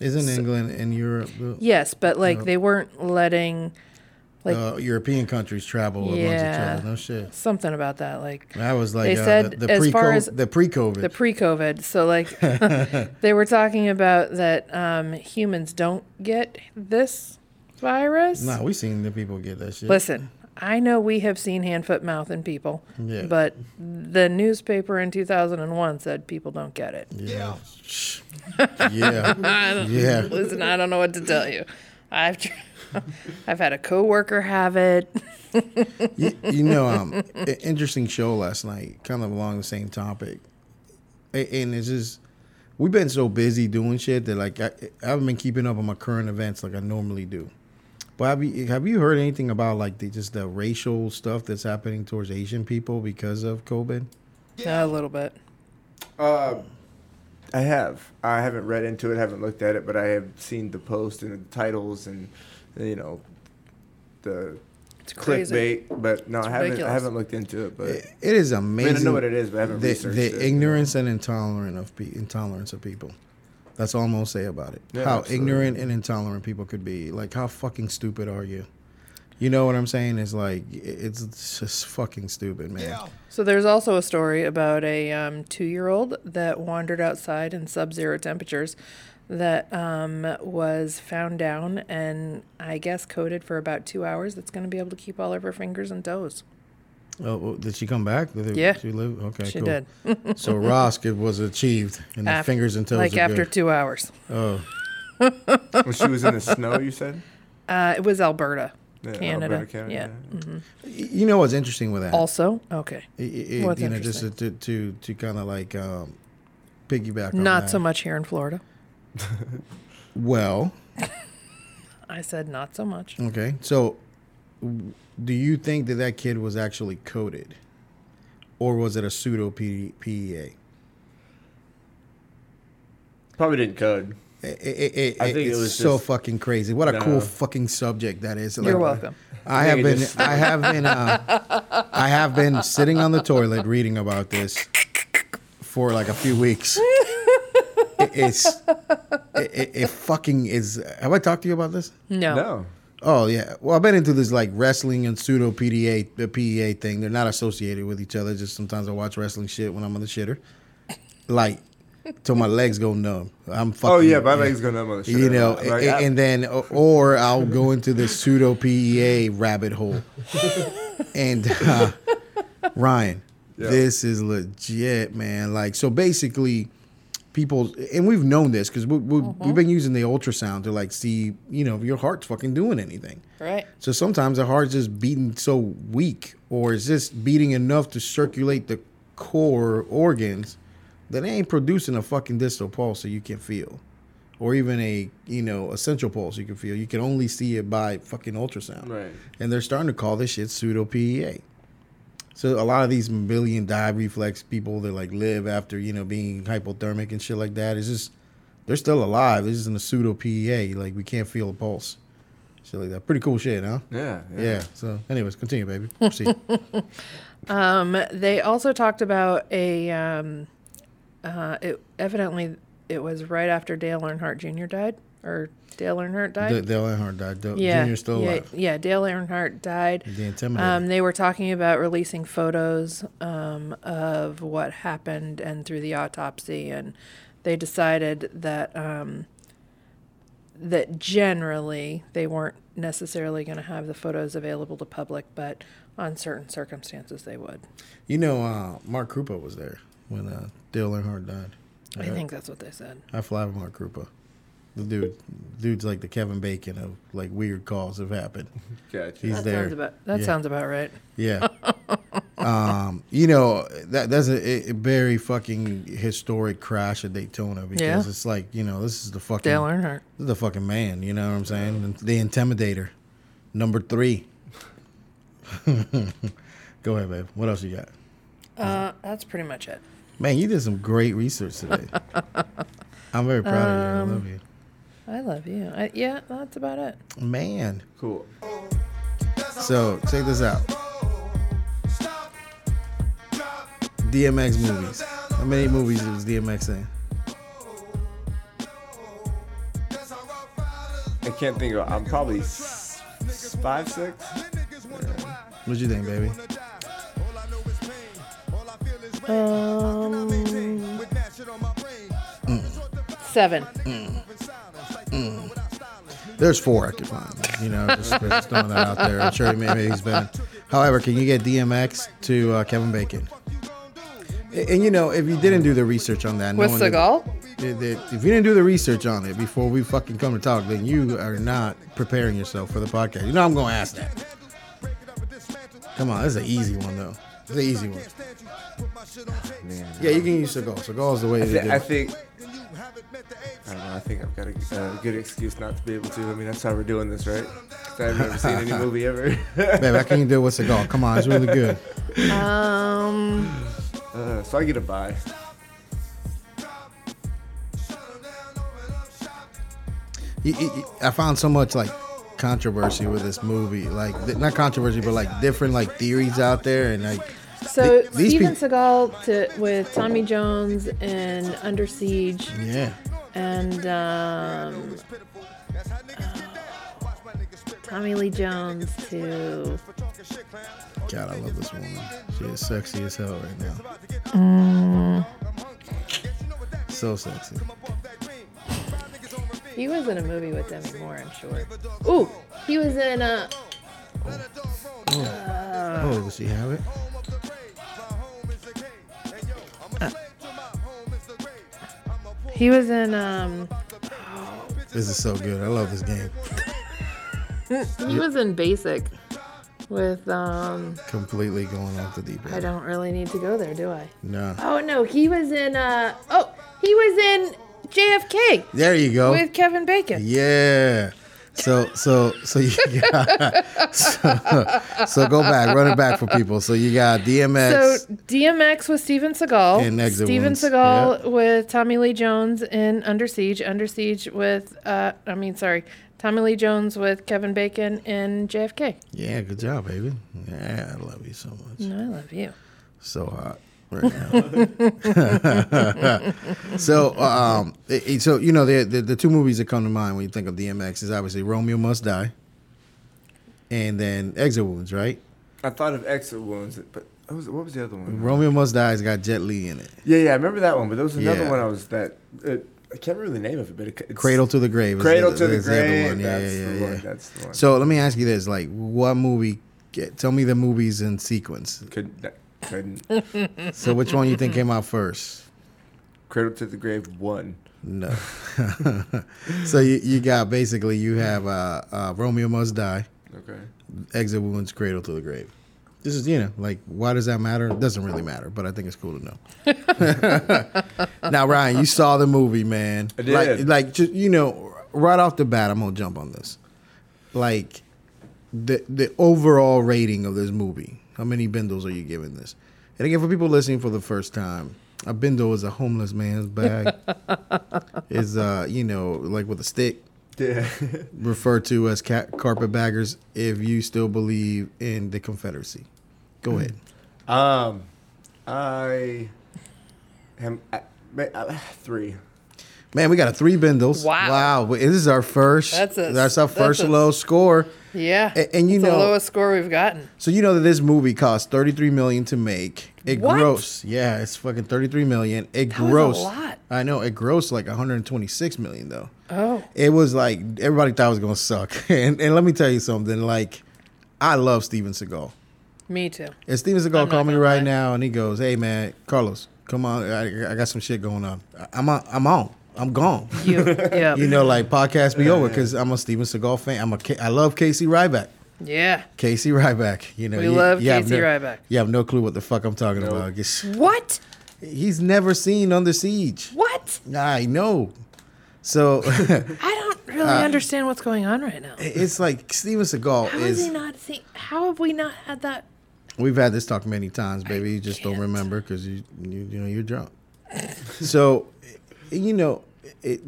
S2: Isn't England and Europe uh, the,
S4: Yes, but like
S2: Yeah.
S4: they weren't letting like
S2: uh, European countries travel amongst each
S4: Yeah.
S2: other? No shit.
S4: something about that like
S2: I was like,
S4: They
S2: uh,
S4: said
S2: the, the
S4: as
S2: pre
S4: far as-
S2: the pre-COVID,
S4: the pre-COVID. So like they were talking about that um, humans don't get this virus.
S2: Nah, we seen the people get that shit.
S4: Listen, I know we have seen hand, foot, mouth in people,
S2: Yeah.
S4: but the newspaper in 2001 said people don't get it.
S2: yeah, yeah, yeah.
S4: Listen, I don't know what to tell you. I've tr- I've had a coworker have it.
S2: You, you know, um, i- interesting show last night, kind of along the same topic, A- and it's just we've been so busy doing shit that like I, I haven't been keeping up on my current events like I normally do. But have you have you heard anything about like the just the racial stuff that's happening towards Asian people because of COVID?
S4: a little bit.
S3: I have. I haven't read into it. Haven't looked at it, but I have seen the post and the titles and you know the
S4: It's crazy.
S3: clickbait. But no, I haven't.
S4: ridiculous.
S3: I haven't looked into it. But
S2: It it is
S3: I mean,
S2: amazing.
S3: I know what it is, but I haven't
S2: the,
S3: researched
S2: the
S3: it.
S2: ignorance and intolerant of pe- intolerance of people. That's all I'm gonna say about it.
S3: Yeah,
S2: how
S3: absolutely.
S2: ignorant and intolerant people could be. Like how fucking stupid are you? You know what I'm saying? It's like i- it's just fucking stupid, man.
S4: So there's also a story about a um, two-year-old that wandered outside in sub-zero temperatures, that um, was found down and I guess coded for about two hours. That's going to be able to keep all of her fingers and toes.
S2: Oh, well, did she come back? Did
S4: Yeah.
S2: she live? Okay,
S4: She
S2: cool.
S4: did.
S2: so Rosk it was achieved, and the
S4: Af-
S2: fingers and toes.
S4: Like
S2: are
S4: after
S2: good.
S4: two hours.
S2: oh,
S3: when she was in the snow, you said.
S4: Uh, it was Alberta,
S3: Yeah,
S4: Canada.
S3: Alberta, Canada,
S4: Yeah.
S2: Y- you know what's interesting with that?
S4: Also, okay.
S2: I- I- I-
S4: What's
S2: you know, just to
S4: interesting?
S2: to to, to kind of like um, piggyback. on
S4: Not
S2: that.
S4: so much here in Florida.
S2: Well,
S4: I said not so much.
S2: Okay. So, w- do you think that that kid was actually coded, or was it a pseudo P- E PEA?
S5: Probably didn't code.
S2: I- I- I-
S5: I think it
S2: it's
S5: was
S2: so
S5: just-
S2: fucking crazy. What a cool
S5: No.
S2: fucking subject that is.
S4: You're
S2: Like,
S4: welcome.
S2: I
S5: I
S2: have
S5: think it
S2: been,
S5: just-
S2: I have been, uh, I have been sitting on the toilet reading about this for like a few weeks. It- It's, it, it, it fucking is. Have I talked to you about this?
S4: No.
S3: No.
S2: Oh yeah. Well, I've been into this like wrestling and pseudo PDA the PEA thing. They're not associated with each other. Just sometimes I watch wrestling shit when I'm on the shitter, like till my legs go numb. I'm fucking.
S3: Oh yeah, my legs going numb on the shit.
S2: You know,
S3: Like,
S2: a-
S3: I-
S2: a- and then or I'll go into this pseudo PEA rabbit hole. and uh, Ryan,
S3: Yeah.
S2: this is legit, man. Like so, basically, people and we've known this because we, we, we've been using the ultrasound to like see, you know, if your heart's fucking doing anything.
S4: Right.
S2: So sometimes the heart's just beating so weak, or it's just beating enough to circulate the core organs that ain't producing a fucking distal pulse that you can feel, or even a you know a central pulse you can feel. You can only see it by fucking ultrasound.
S5: Right.
S2: And they're starting to call this shit pseudo PEA. So a lot of these million dive reflex people that like live after you know being hypothermic and shit like that is just they're still alive. This isn't a pseudo PEA. Like we can't feel a pulse, shit like that. Pretty cool shit, huh?
S3: yeah,
S2: Yeah. So, anyways, continue, baby. Proceed.
S4: Um, they also talked about a. Um, uh, it evidently it was right after Dale Earnhardt Jr. died, or Dale Earnhardt died.
S2: D- Dale Earnhardt died. Dale
S4: yeah,
S2: Junior's still
S4: yeah,
S2: alive.
S4: yeah. Dale Earnhardt died.
S2: The Intimidator.
S4: Um, they were talking about releasing photos um, of what happened and through the autopsy, and they decided that um, that generally they weren't necessarily going to have the photos available to public, but on certain circumstances they would.
S2: You know, uh, Mark Krupa was there when uh, Dale Earnhardt died.
S4: I
S2: Uh-huh.
S4: think that's what they said.
S2: I fly with Mark Krupa. The dude, dude's like the Kevin Bacon of like weird calls have happened.
S5: Gotcha.
S2: He's
S4: That
S2: there.
S4: sounds about that
S2: Yeah. Hmm.
S4: sounds about right.
S2: Yeah. um, you know that that's a, a very fucking historic crash at Daytona because
S4: Yeah.
S2: it's like you know this is the fucking
S4: Dale Earnhardt.
S2: this is the fucking man. You know what I'm saying? And The Intimidator, number three. Go ahead, babe. What else you got?
S4: Uh, that's pretty much it.
S2: Man, you did some great research today. I'm very proud of
S4: Um,
S2: you. I love you.
S4: I love you. I, yeah, that's about it.
S2: Man.
S3: Cool.
S2: So check this out. DMX movies. How many movies was DMX in?
S3: I can't think of. I'm probably s- s- five, six.
S2: What you think, baby?
S4: Um, Seven.
S2: Hmm. There's four I could find. You know, just, just throwing that out there. I'm sure maybe he's been. However, can you get DMX to uh, Kevin Bacon? And, and, you know, if you didn't do the research on that,
S4: With
S2: no one did-
S4: Seagal?
S2: did- did- if you didn't do the research on it before we fucking come to talk, then you are not preparing yourself for the podcast. You know, I'm gonna ask that. Come on, this is an easy one though. It's an easy one. Yeah, you can use Seagal. Seagal's the way to do
S3: Th- I
S2: it.
S3: think. I don't know. I think I've got a, a good excuse not to be able to. I mean, that's how we're doing this, right? 'Cause I've never seen any movie ever.
S2: Babe, I can do it with Seagal. Come on, it's really good.
S4: Um,
S3: uh, so I get a buy.
S2: You- you- you- I found so much like controversy with this movie, like th- not controversy, but like different like theories out there, and like
S4: so
S2: Th- these
S4: Steven
S2: peop-
S4: Seagal to, with Tommy Jones in Under Siege
S2: yeah,
S4: and um, Tommy Lee Jones to
S2: God, I love this woman. She is sexy as hell right now.
S4: Mm.
S2: So sexy.
S4: He was in a movie with Demi Moore, I'm sure. Ooh, he was in uh, a.
S2: Oh, does she have it?
S4: He was in um.
S2: This is so good. I love this game
S4: He was in Basic, with um.
S2: completely going off the deep
S4: I
S2: end.
S4: don't really need to go there, do I?
S2: No,
S4: Oh no, he was in uh. Oh, he was in JFK
S2: there you go.
S4: with Kevin Bacon.
S2: Yeah. So so so you got so, so go back, run it back for people. So you got DMX.
S4: So DMX with Steven Seagal,
S2: And Exit
S4: Steven
S2: Wounds,
S4: Seagal with Tommy Lee Jones in Under Siege, Under Siege with uh, I mean sorry, Tommy Lee Jones with Kevin Bacon in JFK.
S2: Yeah, good job, baby. Yeah, I love you so much.
S4: I love you.
S2: So hot right now. so, um, it- it- so you know, the, the the two movies that come to mind when you think of DMX is obviously Romeo Must Die, and then Exit Wounds, right?
S3: I thought of exit wounds, but what was, what was the other one?
S2: Romeo Must Die has got Jet Li in it.
S3: Yeah, yeah, I remember that one. But there was another
S2: Yeah.
S3: one I was that uh, I can't remember the name of it, but it, it's
S2: Cradle to the Grave. is
S3: Cradle to the
S2: is other
S3: Grave.
S2: one. Yeah,
S3: that's
S2: yeah,
S3: the
S2: yeah,
S3: one.
S2: yeah.
S3: That's the one.
S2: So let me ask you this: like, what movie? Get, tell me the movies in sequence.
S3: could that- couldn't
S2: So which one you think came out first?
S3: Cradle to the Grave one.
S2: No. so you, you got basically you have uh, uh, Romeo Must Die,
S3: Okay.
S2: Exit Wounds, Cradle to the Grave. This is you know like why does that matter? It doesn't really matter, but I think it's cool to know. now Ryan, you saw the movie, man.
S3: I did.
S2: Like, like just you know, right off the bat, I'm gonna jump on this. Like the the overall rating of this movie. How many bindles are you giving this? And again, for people listening for the first time, a bindle is a homeless man's bag. is uh you know like with a stick
S3: Yeah.
S2: referred to as ca- carpetbaggers if you still believe in the Confederacy. Go ahead.
S3: um, I am I, ma- uh, three.
S2: Man, we got a three bindles.
S4: Wow.
S2: Wow. This is our first.
S4: That's a-
S2: that's our
S4: that's
S2: first
S4: a-
S2: low score.
S4: Yeah,
S2: A- and you
S4: it's
S2: know-
S4: the lowest score we've gotten.
S2: So you know that this movie cost thirty three million to make. It
S4: What?
S2: grossed. Yeah, it's fucking thirty three million. It
S4: was a
S2: grossed.
S4: lot.
S2: I know it grossed like one hundred twenty six million though.
S4: Oh,
S2: it was like everybody thought it was gonna suck. And and let me tell you something. Like, I love Steven Seagal.
S4: me too.
S2: And Steven Seagal called me
S4: gonna
S2: right
S4: lie.
S2: now, and he goes, "Hey man, Carlos, come on, I, I got some shit going on. I- I'm on, I'm on, I'm gone.
S4: You, yeah,
S2: You know, like podcast be over because I'm a Steven Seagal fan. I'm a, K- I love Casey Ryback.
S4: yeah.
S2: Casey Ryback. You know,
S4: We love
S2: have
S4: Casey
S2: no-
S4: Ryback.
S2: You have no clue what the fuck I'm talking about. It's-
S4: What?
S2: He's never seen Under Siege.
S4: What?
S2: I know. So
S4: I don't really
S2: Uh,
S4: understand what's going on right now.
S2: it's like Steven Seagal
S4: How is,
S2: is.
S4: he not see? How have we not had that?
S2: We've had this talk many times, baby. You just don't remember because you, you you know you're drunk. so, you know, it,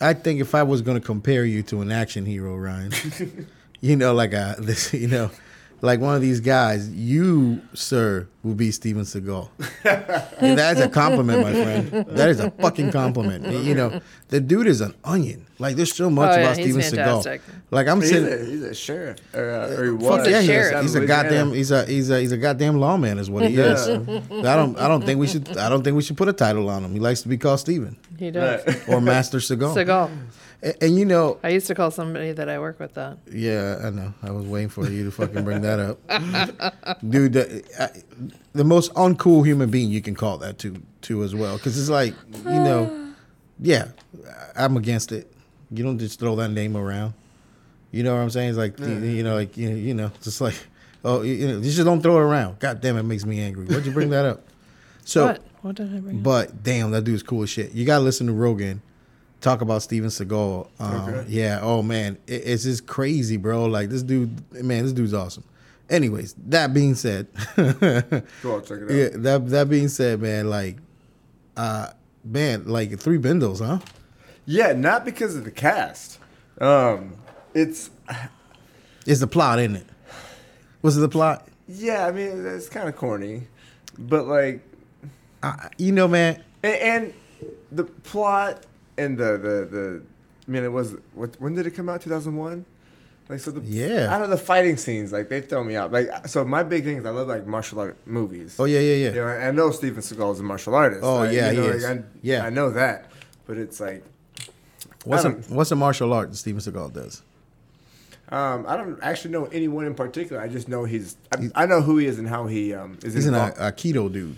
S2: I think if I was going to compare you to an action hero, Ryan, you know, like a this, you know, like one of these guys, you sir would be Steven Seagal. And that's a compliment, my friend. That is a fucking compliment. And, you know, the dude is an onion. Like there's so much
S4: Oh, yeah,
S2: about
S4: he's
S2: Steven
S4: fantastic.
S2: Seagal. Like I'm
S3: He's
S2: sitting,
S3: a, he's a sheriff, or, uh, or he
S2: Fuck
S3: was.
S4: a
S2: yeah, he is.
S4: sheriff.
S2: He's a goddamn. He's a he's a he's a goddamn lawman, is what he is. I don't I don't think we should I don't think we should put a title on him. He likes to be called Steven
S4: He does.
S2: or Master Seagal.
S4: Seagal.
S2: And, and you know,
S4: I used to call somebody that I work with that.
S2: yeah, I know. I was waiting for you to fucking bring that up, dude. The, I, the most uncool human being you can call that to to as well, because it's like you know, yeah, I'm against it. You don't just throw that name around. You know what I'm saying? It's like you, you know, like you, you know, just like oh, you, you know, you just don't throw it around. God damn, it makes me angry. Why'd you bring that up? So,
S4: what? What did I bring? up?
S2: but damn, that dude's cool as shit. You gotta listen to Rogan talk about Steven Seagal. Um,
S3: Okay.
S2: Yeah. Oh man, it, it's just crazy, bro. Like this dude, man, this dude's awesome. Anyways, that being said,
S3: Go out, check it out.
S2: yeah, that that being said, man, like, uh, man, like three bendos, huh?
S3: Yeah, not because of the cast. Um, it's
S2: It's the plot, isn't it? Was it the plot?
S3: yeah, I mean it's kind of corny, but like,
S2: I, you know, man.
S3: and, and the plot and the the the. I mean, it was what? When did it come out? Two thousand one. Like so the
S2: Yeah.
S3: out of the fighting scenes, like they throw me out. Like so, my big thing is I love like martial art movies.
S2: Oh yeah, yeah, yeah.
S3: You know, I know Steven Seagal is a martial artist.
S2: Oh,
S3: I-
S2: yeah,
S3: you know,
S2: he is.
S3: like, I,
S2: Yeah.
S3: I know that, but it's like
S2: what's
S3: I
S2: a
S3: don't-
S2: what's a martial art that Steven Seagal does?
S3: Um, I don't actually know anyone in particular. I just know he's. I, I know who he is and how he um, is
S2: He's an uh,
S3: involved.
S2: Aikido dude.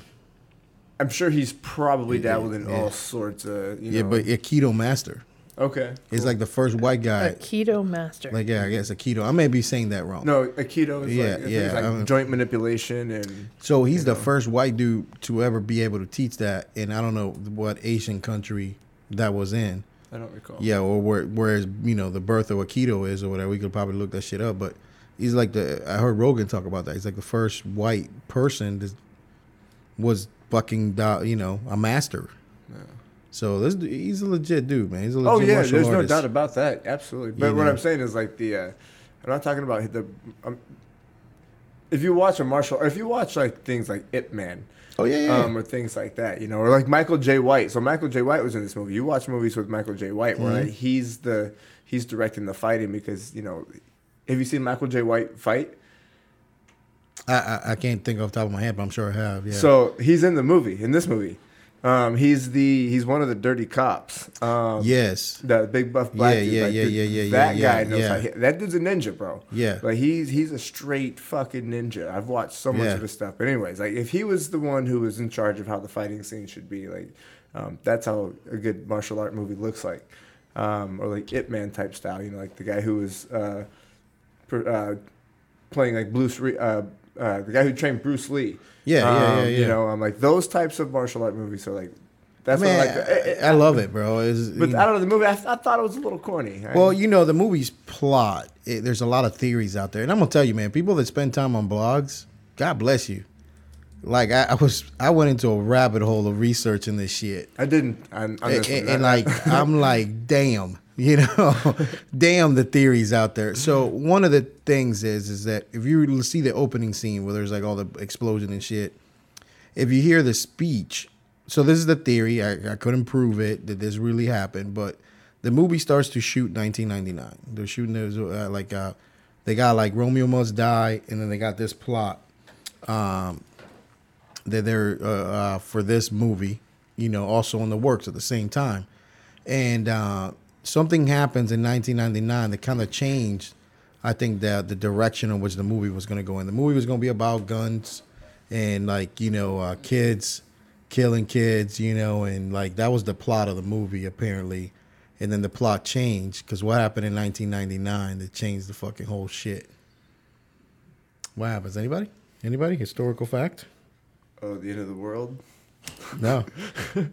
S3: I'm sure he's probably dabbled in
S2: yeah.
S3: all sorts of. You
S2: Yeah,
S3: know.
S2: but Aikido master.
S3: okay.
S2: He's like the first white guy.
S4: A keto master.
S2: Like yeah, I guess Aikido. I may be saying that wrong.
S3: No, Aikido is
S2: Yeah,
S3: like, it's
S2: yeah,
S3: like
S2: I mean-
S3: joint manipulation and
S2: So he's the first white dude to ever be able to teach that, and I don't know what Asian country that was in.
S3: I don't recall.
S2: Yeah, or where whereas you know the birth of Aikido is or whatever. We could probably look that shit up, but he's like the I heard Rogan talk about that. He's like the first white person that was fucking do- you know a master. So this du- he's a legit dude, man. He's a
S3: Oh
S2: legit
S3: yeah,
S2: martial
S3: there's
S2: artist.
S3: no doubt about that. Absolutely. But
S2: You
S3: what
S2: know.
S3: I'm saying is like the. Uh, I'm not talking about the. Um, if you watch a martial, or if you watch like things like Ip Man,
S2: oh yeah, yeah.
S3: um, or things like that, you know, or like Michael J. White. So Michael J. White was in this movie. You watch movies with Michael J. White where like, he's the he's directing the fighting because you know, have you seen Michael J. White fight?
S2: I, I I can't think off the top of my head, but I'm sure I have. Yeah.
S3: So he's in the movie in this movie. Um, he's the he's one of the dirty cops. Um,
S2: yes.
S3: The big buff black
S2: Yeah,
S3: dude,
S2: yeah,
S3: like,
S2: yeah,
S3: dude,
S2: yeah, yeah, yeah,
S3: That
S2: yeah,
S3: guy knows
S2: yeah.
S3: how he- that dude's a ninja, bro.
S2: Yeah.
S3: like he's he's a straight fucking ninja. I've watched so much
S2: Yeah.
S3: of his stuff. But anyways, like if he was the one who was in charge of how the fighting scene should be, like um, that's how a good martial art movie looks like, um, or like Ip Man type style. You know, like the guy who was uh, pr- uh, playing like Bruce, Re- uh, uh, the guy who trained Bruce Lee.
S2: Yeah, yeah, yeah,
S3: Um,
S2: yeah.
S3: You know, I'm like those types of martial art movies are like. That's
S2: Man,
S3: what I like. Eh, to-
S2: I, I love it, bro. It's-
S3: but
S2: you
S3: I don't know the movie. I, I thought it was a little corny. I-
S2: Mm. Well, you know, the movie's plot, it, there's a lot of theories out there. And I'm going to tell you, man, people that spend time on blogs, God bless you. Like, I, I was, I went into a rabbit hole of researching this shit.
S3: I didn't. I, I'm
S2: And,
S3: just-
S2: and, and, like, I'm like, damn, you know, damn the theories out there. So, one of the things is, is that if you see the opening scene where there's like all the explosion and shit, if you hear the speech, so this is the theory. I, I couldn't prove it that this really happened, but the movie starts to shoot 1999. They're shooting those uh, like uh, they got like Romeo Must Die, and then they got this plot um, that they're uh, uh, for this movie, you know, also in the works at the same time, and uh, something happens in 1999 that kind of changed. I think that the direction in which the movie was going to go in. The movie was going to be about guns and like you know uh, kids killing kids you know and like that was the plot of the movie apparently and then the plot changed because what happened in 1999 that changed the fucking whole shit what happens anybody anybody historical fact
S3: oh, the end of the world.
S2: no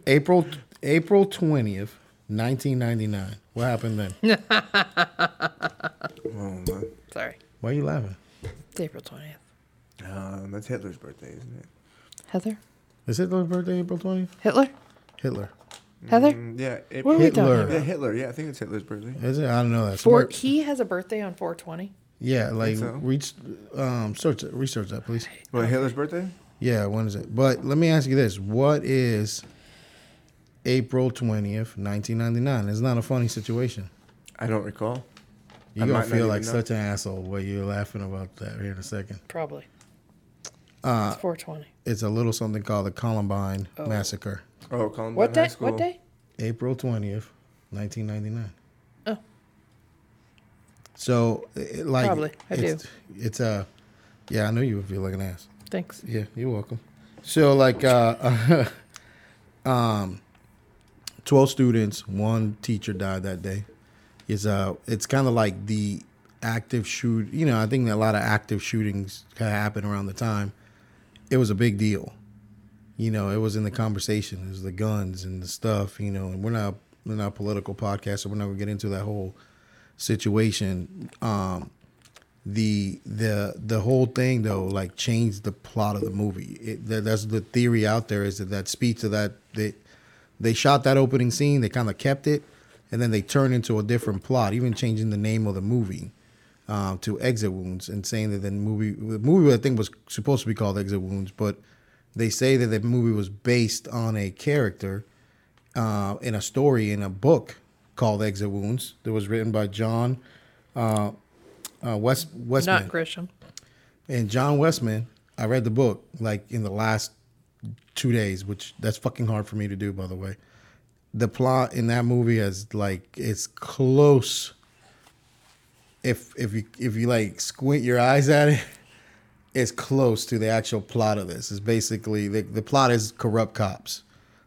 S2: april april 20th 1999 what happened then
S3: Oh man,
S4: Sorry.
S2: why are you laughing
S4: It's April 20th.
S3: um, that's Hitler's birthday, isn't it?
S4: Heather?
S2: is hitler's birthday april 20th
S4: Hitler?
S2: hitler
S4: Heather?
S3: Mm, yeah,
S4: What are
S3: April.
S4: we talking
S2: Hitler.
S4: about?
S3: yeah, Hitler. Yeah, I think it's Hitler's birthday.
S2: is it i don't know that
S4: Four,
S2: Smart-
S4: he has a birthday on 420.
S2: yeah like
S3: so.
S2: reach um search it research that please
S3: Well, Hitler's birthday?
S2: Yeah, when is it? But let me ask you this: What is April twentieth, nineteen ninety nine? It's not a funny situation.
S3: I don't recall.
S2: You're
S3: I
S2: gonna
S3: might not
S2: feel like
S3: even know.
S2: such an asshole while you're laughing about that here in a second.
S4: Probably.
S2: Uh,
S4: it's 420.
S2: It's a little something called the Columbine Massacre,
S3: Oh, Columbine
S4: What
S3: High
S4: day?
S3: School.
S4: What day?
S2: April twentieth, nineteen ninety nine.
S4: Oh.
S2: So, it, it- like,
S4: Probably. I
S2: it's, It's a, yeah, I knew you would feel like an ass.
S4: Thanks.
S2: Yeah, you're welcome. So like uh um 12 students, one teacher died that day. It's uh it's kind of like the active shoot, you know, I think that a lot of active shootings kind of happen around the time. It was a big deal. You know, it was in the conversation, it was the guns and the stuff, you know, and we're not we're not a political podcast, so we're not going to get into that whole situation. Um the the the whole thing though like changed the plot of the movie it, that, that's the theory out there is that that speech to that they they shot that opening scene they kind of kept it and then they turned into a different plot even changing the name of the movie um, to exit wounds and saying that the movie the movie i think was supposed to be called exit wounds but they say that the movie was based on a character uh, in a story in a book called exit wounds that was written by john uh, uh, West Westman
S4: Not Grisham.
S2: and John Westman, I read the book like in the last two days, which that's fucking hard for me to do, by the way. The plot in that movie is like it's close. If if you if you like squint your eyes at it, it's close to the actual plot of this. It's basically the the plot is corrupt cops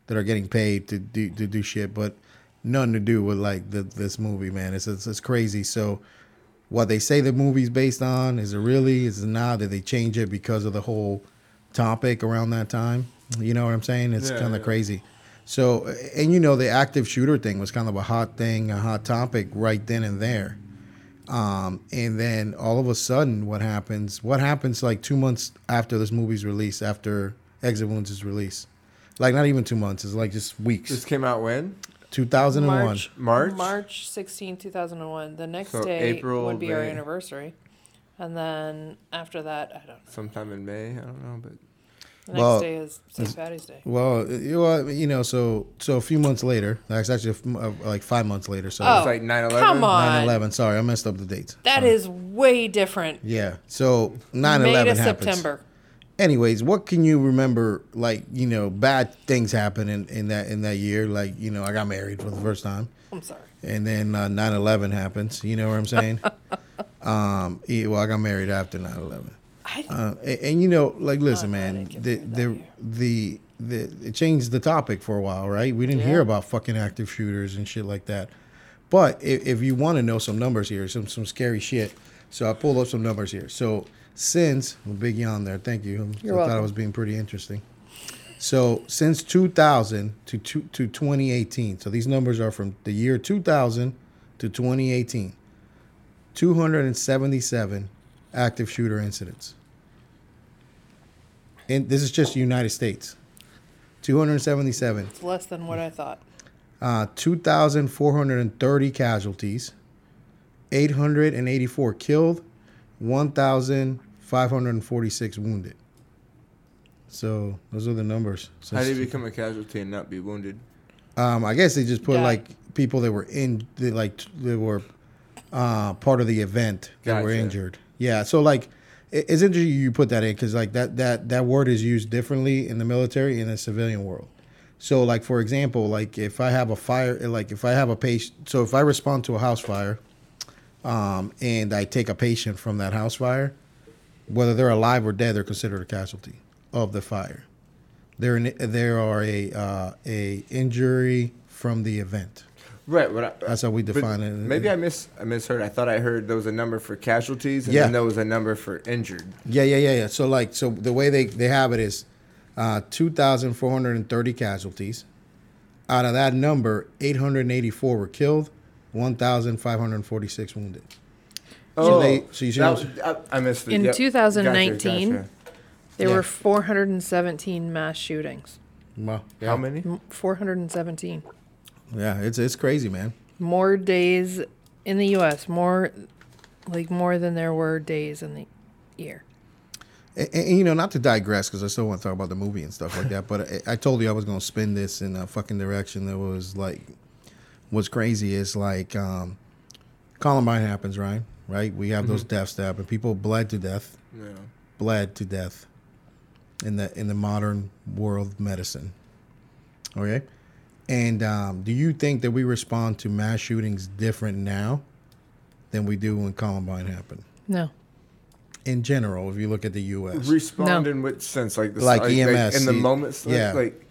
S2: that are getting paid to do to do shit, but nothing to do with like the, this movie, man. It's, it's it's crazy. So what they say the movie's based on is it really is it not did they change it because of the whole topic around that time you know what i'm saying it's
S5: Yeah,
S2: kind of
S5: yeah.
S2: crazy so and you know the active shooter thing was kind of a hot thing a hot topic right then and there um, and then all of a sudden what happens what happens like two months after this movie's release after exit wounds is released like not even two months it's like just weeks
S3: This came out when?
S2: 2001
S4: March.
S3: March?
S4: March 16, 2001. The next
S3: So
S4: day
S3: April,
S4: would be our
S3: May.
S4: anniversary. And then after that, I don't know.
S3: Sometime in May. I don't know, but
S4: The next
S2: Well,
S4: day is St. Patty's Day.
S2: Well, you know, you know, so so a few months later, that's actually a f- uh, like five months later. So
S4: Oh,
S3: like 9/11?
S4: Come on.
S2: 9 11. Sorry, I messed up the dates.
S4: That is way different.
S2: Yeah. So 9
S4: May to
S2: 11 happens.
S4: September.
S2: Anyways, what can you remember? Like, you know, bad things happened in, in that in that year. Like, you know, I got married for the first time.
S4: I'm sorry.
S2: and then uh, 9-11 happens you know what i'm saying um, yeah, well i got married after 9-11
S4: I-
S2: uh, and, and you know like listen man
S4: Oh, didn't get
S2: the,
S4: married
S2: the, the, the, it changed the topic for a while right we didn't hear
S4: Yeah.
S2: about fucking active shooters and shit like that but if, if you want to know some numbers here some, some scary shit so i pulled up some numbers here so since big yawn there thank you
S4: You're
S2: i thought i
S4: welcome.
S2: was being pretty interesting so since 2000 to, two, to 2018, so these numbers are from the year 2000 to 2018, 277 active shooter incidents. And this is just the United States. 277,
S4: It's less than what I thought.
S2: uh, 2,430 casualties, 884 killed, 1,546 wounded. So those are the numbers. So
S3: how do you become a casualty and not be wounded?
S2: Um, I guess they just put
S4: Got it.
S2: like people that were in, that, like t- that were uh, part of the event that were
S3: Gotcha.
S2: injured. Yeah, so like i- it's interesting you put that in because like that that that word is used differently in the military and the civilian world. So like for example, like if I have a fire, like if I have a patient, so if I respond to a house fire, um, and I take a patient from that house fire, whether they're alive or dead, they're considered a casualty of the fire. They're an, they are a uh, a injury from the event.
S3: Right. What I,
S2: That's how we
S3: but
S2: define it.
S3: Maybe I mis I misheard. I thought I heard there was a number for casualties and
S2: Yeah.
S3: then there was a number for injured.
S2: Yeah, yeah, yeah, yeah. So like, so the way they they have it is, uh, two thousand four hundred and thirty casualties. Out of that number, eight hundred and eighty four were killed, one thousand five hundred and forty six wounded. So they- so you see
S3: Oh, that
S2: those-
S3: was- I, I missed it.
S4: In
S3: Yep.
S4: 2019,
S3: Gotcha,
S4: There
S2: Yeah.
S4: were 417 mass shootings.
S2: Wow.
S3: gotcha. How many?
S4: 417.
S2: Yeah, it's it's crazy, man.
S4: More days in the U.S. More, like more than there were days in the year.
S2: and, and, you know, not to digress because I still want to talk about the movie and stuff like that. But I, I told you I was going to spin this in a fucking direction that was like, what's crazy is like, um, Columbine happens, right? Right? We have those deaths that happen. People bled to death,
S3: Yeah.
S2: bled to death, in the in the modern world of medicine. Okay, and um, do you think that we respond to mass shootings different now than we do when Columbine happened?
S4: No.
S2: In general, if you look at the U.S.,
S3: Respond
S4: No.
S3: in which sense? Like the
S2: Like E
S3: like,
S2: EMS,
S3: in the
S2: yeah.
S3: moments. Like,
S2: Yeah.
S3: like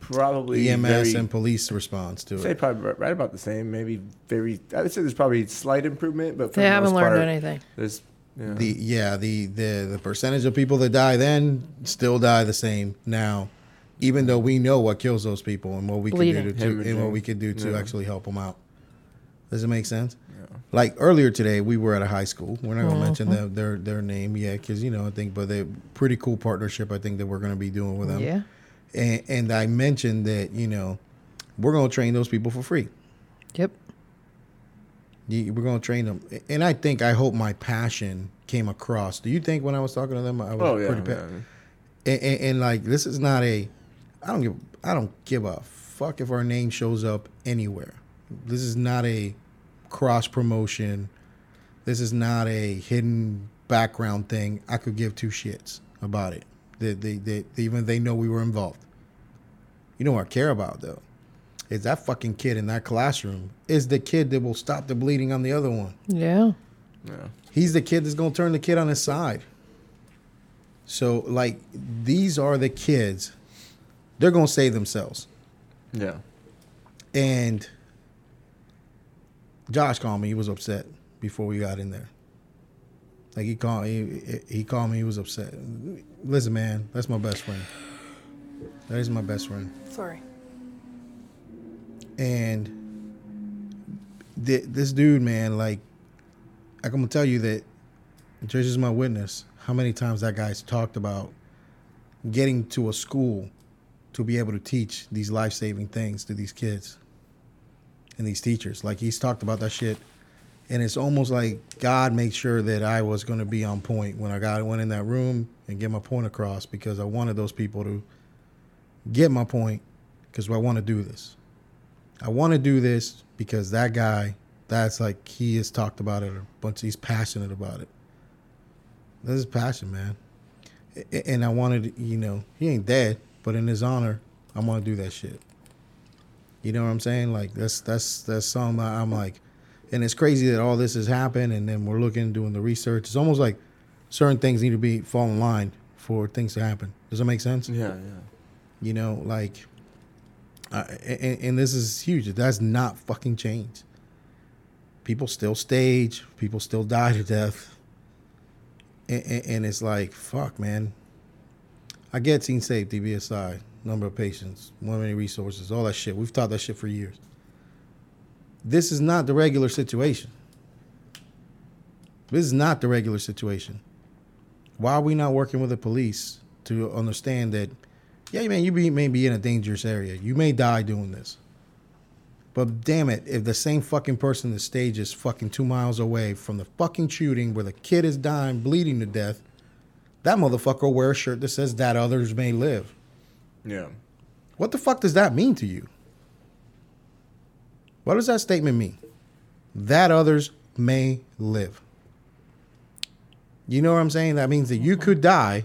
S3: probably
S2: EMS
S3: very-
S2: E and police response to
S3: Say
S2: it.
S3: probably right about the same. Maybe very. I would say there's probably slight improvement, but for
S4: They
S3: the
S4: haven't
S3: most
S4: learned
S3: part,
S4: anything.
S3: There's yeah.
S2: The yeah, the, the the percentage of people that die then still die the same now, even though we know what kills those people and what we can do
S4: Bleeding.
S2: to, to and what we
S3: Hemorrhaging.
S2: could do to
S3: Yeah.
S2: actually help them out. Does it make sense? Like earlier today, we were at a high school. We're not gonna mention
S4: Uh-huh.
S2: their their, their name, yeah, because you know I think, but they pretty cool partnership. I think that we're gonna be doing with them.
S4: Yeah.
S2: and, and I mentioned that you know we're gonna train those people for free.
S4: Yep.
S2: You, we're going to train them. And I think, I hope my passion came across. Do you think when I was talking to them, I was
S3: Oh, yeah,
S2: pretty pa-
S3: yeah.
S2: and, and, and like, this is not a, I don't give, I don't give a fuck if our name shows up anywhere. This is not a cross promotion. This is not a hidden background thing. I could give two shits about it. They, they, they, even they know we were involved. You know what I care about though is that fucking kid in that classroom is the kid that will stop the bleeding on the other one.
S4: Yeah.
S3: yeah.
S2: He's the kid that's gonna turn the kid on his side. So like these are the kids. They're gonna save themselves.
S3: Yeah.
S2: And Josh called me. He was upset before we got in there. Like he called, he, he called me. He was upset. Listen, man, that's my best friend. That is my best friend.
S4: Sorry.
S2: and th- this dude, man, like, I'm gonna tell you that Judge is my witness. How many times that guy's talked about getting to a school to be able to teach these life saving things to these kids and these teachers? Like he's talked about that shit, and it's almost like God made sure that I was gonna be on point when I got went in that room and get my point across because I wanted those people to get my point because I want to do this. I want to do this because that guy, that's like he has talked about it a bunch. He's passionate about it. This is passion, man. A- a- And I wanted, you know, he ain't dead, but in his honor, I want to do that shit. You know what I'm saying? Like that's that's that's something that I'm like, and it's crazy that all this has happened, and then we're looking doing the research. It's almost like certain things need to be fall in line for things to happen. Does that make sense?
S3: Yeah.
S2: you know like uh, and, and this is huge that's not fucking changed people still stage people still die to death and, and, and it's like fuck man i get teen safety bsi number of patients one many resources all that shit we've taught that shit for years this is not the regular situation this is not the regular situation why are we not working with the police to understand that yeah man you be, may be in a dangerous area you may die doing this but damn it if the same fucking person that stage is fucking two miles away from the fucking shooting where the kid is dying bleeding to death that motherfucker will wear a shirt that says that others may live
S3: Yeah.
S2: what the fuck does that mean to you what does that statement mean that others may live you know what i'm saying that means that you could die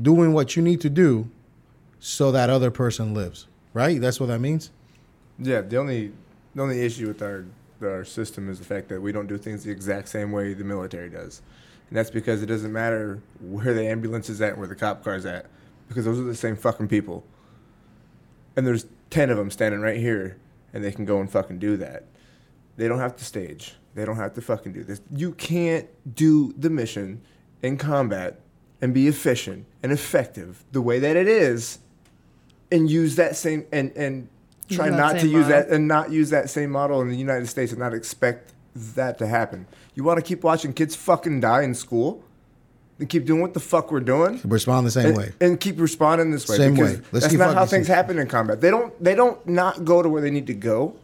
S2: doing what you need to do so that other person lives right that's what that means
S3: Yeah. The only the only issue with our our system is the fact that we don't do things the exact same way the military does, and that's because it doesn't matter where the ambulance is at and where the cop car's at, because those are the same fucking people. And there's ten of them standing right here, and they can go and fucking do that. They don't have to stage. They don't have to fucking do this. You can't do the mission in combat and be efficient and effective the way that it is and use that same and and try
S4: that
S3: not to
S4: same
S3: use
S4: model.
S3: that and not use that same model in the United States and not expect that to happen. You want to keep watching kids fucking die in school? Then keep doing what the fuck we're doing?
S2: respond the same
S3: and,
S2: way
S3: and keep responding this way.
S2: Same
S3: because
S2: way. Let's
S3: that's
S2: keep
S3: not how
S2: fucking
S3: things
S2: safe.
S3: happen in combat. They don't. They don't not go to where they need to go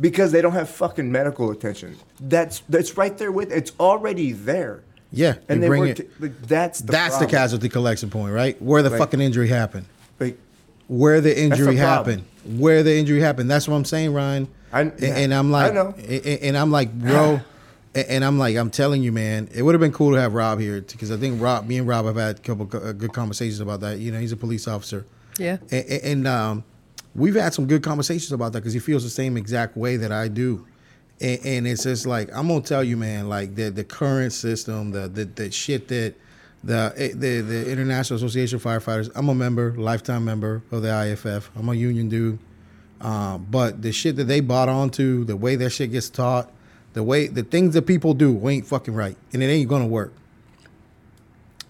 S3: because they don't have fucking medical attention. That's that's right there with. It's already there.
S2: Yeah,
S3: and
S2: you
S3: they
S2: bring
S3: were
S2: it.
S3: t- like, that's the
S2: that's the
S3: problem.
S2: casualty collection point, right? Where the
S3: Right.
S2: fucking injury happened.
S3: Like,
S2: Where the injury
S3: the problem.
S2: happened. Where the injury happened. That's what I'm saying, Ryan.
S3: I-
S2: and,
S3: yeah,
S2: and I'm like,
S3: I know.
S2: a- a- And, I'm like, bro. a- and I'm like, I'm telling you, man. It would have been cool to have Rob here because I think Rob, me and Rob have had a couple co- uh, good conversations about that. You know, he's a police officer.
S4: Yeah.
S2: A- a- and, um, we've had some good conversations about that because he feels the same exact way that I do. And, and it's just like I'm gonna tell you, man. Like the the current system, the the, the shit that the, eh, the the International Association of Firefighters. I'm a member, lifetime member of the IFF. I'm a union dude. Um, but the shit that they bought onto, the way that shit gets taught, the way the things that people do ain't fucking right, and it ain't gonna work.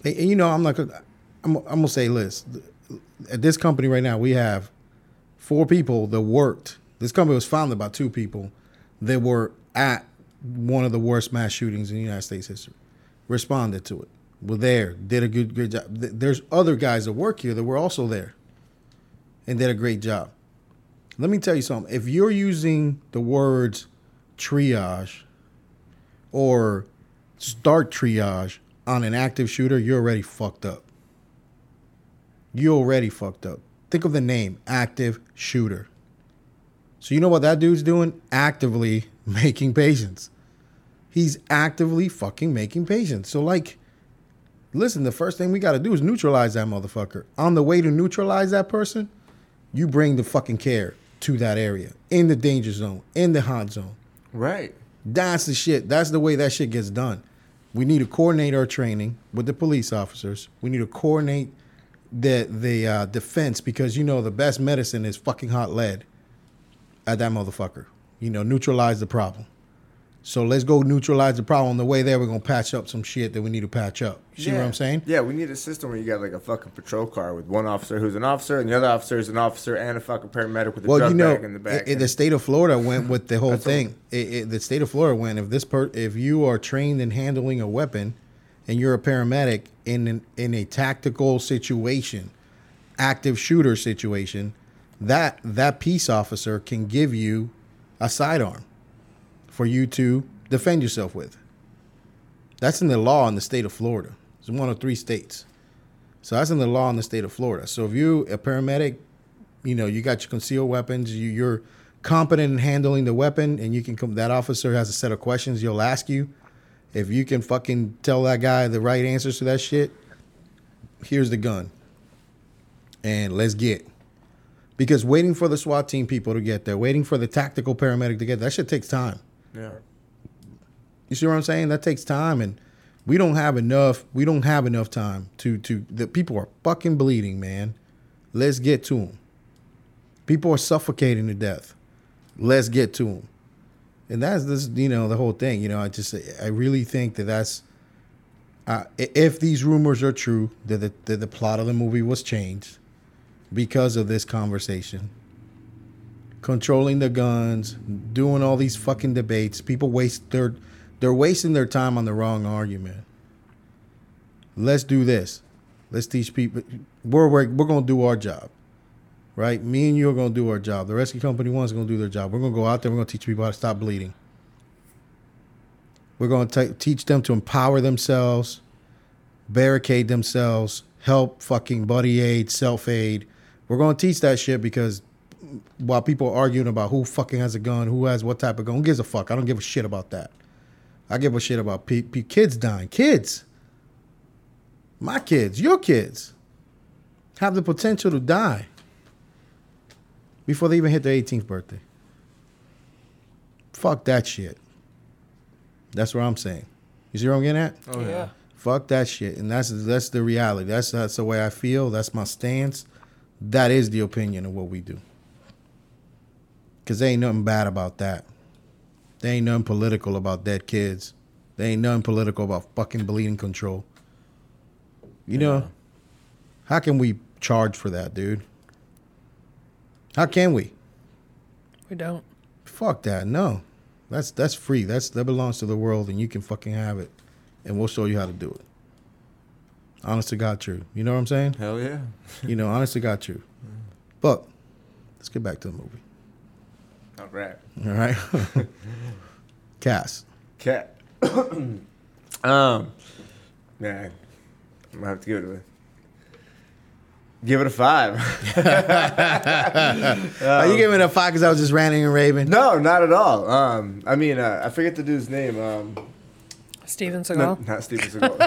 S2: And, and you know, I'm not gonna. I'm, I'm gonna say this. At this company right now, we have four people that worked. This company was founded by two people that were at one of the worst mass shootings in United States history. Responded to it. Were there. Did a good good job. Th- There's other guys that work here that were also there, and did a great job. Let me tell you something. If you're using the words triage or start triage on an active shooter, you're already fucked up. You already fucked up. Think of the name active shooter. So you know what that dude's doing? Actively making patients. He's actively fucking making patients. So like listen, the first thing we got to do is neutralize that motherfucker. On the way to neutralize that person, you bring the fucking care to that area in the danger zone, in the hot zone.
S3: right.
S2: That's the shit. That's the way that shit gets done. We need to coordinate our training with the police officers. We need to coordinate the the uh, defense because you know the best medicine is fucking hot lead at that motherfucker. You know, neutralize the problem. So let's go neutralize the problem. On the way there, we're gonna patch up some shit that we need to patch up. You see
S3: yeah.
S2: what I'm saying?
S3: Yeah, we need a system where you got like a fucking patrol car with one officer who's an officer and the other officer is an officer and a fucking paramedic with a
S2: Well,
S3: drug
S2: you know,
S3: bag in the back.
S2: i- i- the state of Florida went with the whole thing. I i the state of Florida went if this per, if you are trained in handling a weapon, and you're a paramedic in an, in a tactical situation, active shooter situation, that that peace officer can give you a sidearm for you to defend yourself with. That's in the law in the state of Florida. It's one of three states. So that's in the law in the state of Florida. So if you a paramedic, you know, you got your concealed weapons, you, you're competent in handling the weapon, and you can come. That officer has a set of questions you'll ask you. If you can fucking tell that guy the right answers to that shit, here's the gun, and let's get. Because waiting for the SWAT team people to get there, waiting for the tactical paramedic to get there, that shit takes time.
S3: yeah.
S2: You see what I'm saying? That takes time, and we don't have enough. We don't have enough time to to. The people are fucking bleeding, man. Let's get to them. People are suffocating to death. Let's get to them. And that's this, you know, the whole thing. You know, I just, I really think that that's, uh, i- if these rumors are true, that the, that the plot of the movie was changed because of this conversation controlling the guns, doing all these fucking debates. People waste their they're wasting their time on the wrong argument. Let's do this. Let's teach people we're we're, we're going to do our job. Right? Me and you are going to do our job. The rescue company one's going to do their job. We're going to go out there, we're going to teach people how to stop bleeding. We're going to teach them to empower themselves, barricade themselves, help fucking buddy aid, self aid. We're going to teach that shit because while people are arguing about who fucking has a gun, who has what type of gun, who gives a fuck? I don't give a shit about that. I give a shit about pe- pe- kids dying. Kids. My kids, your kids, have the potential to die before they even hit their 18th birthday. Fuck that shit. That's what I'm saying. You see what I'm getting at?
S3: Oh yeah.
S2: Fuck that shit, and that's that's the reality. That's that's the way I feel. That's my stance. That is the opinion of what we do. Cause there ain't nothing bad about that. There ain't nothing political about dead kids. There ain't nothing political about fucking bleeding control. You know, how can we charge for that, dude? How can we?
S4: We don't.
S2: Fuck that. No, that's that's free. That's that belongs to the world, and you can fucking have it, and we'll show you how to do it. Honest to God, true. You know what I'm saying?
S3: Hell yeah.
S2: You know, honest to God, true. But let's get back to the movie.
S3: All right.
S2: All right, Cass.
S3: Cat. um, Nah, I'm gonna have to give it a give it a five.
S2: Uh, you gave me the five because I was just ranting and raving.
S3: no, not at all. Um, I mean, uh, I forget the dude's name. Um,
S4: Steven Seagal.
S3: not, not Steven Seagal.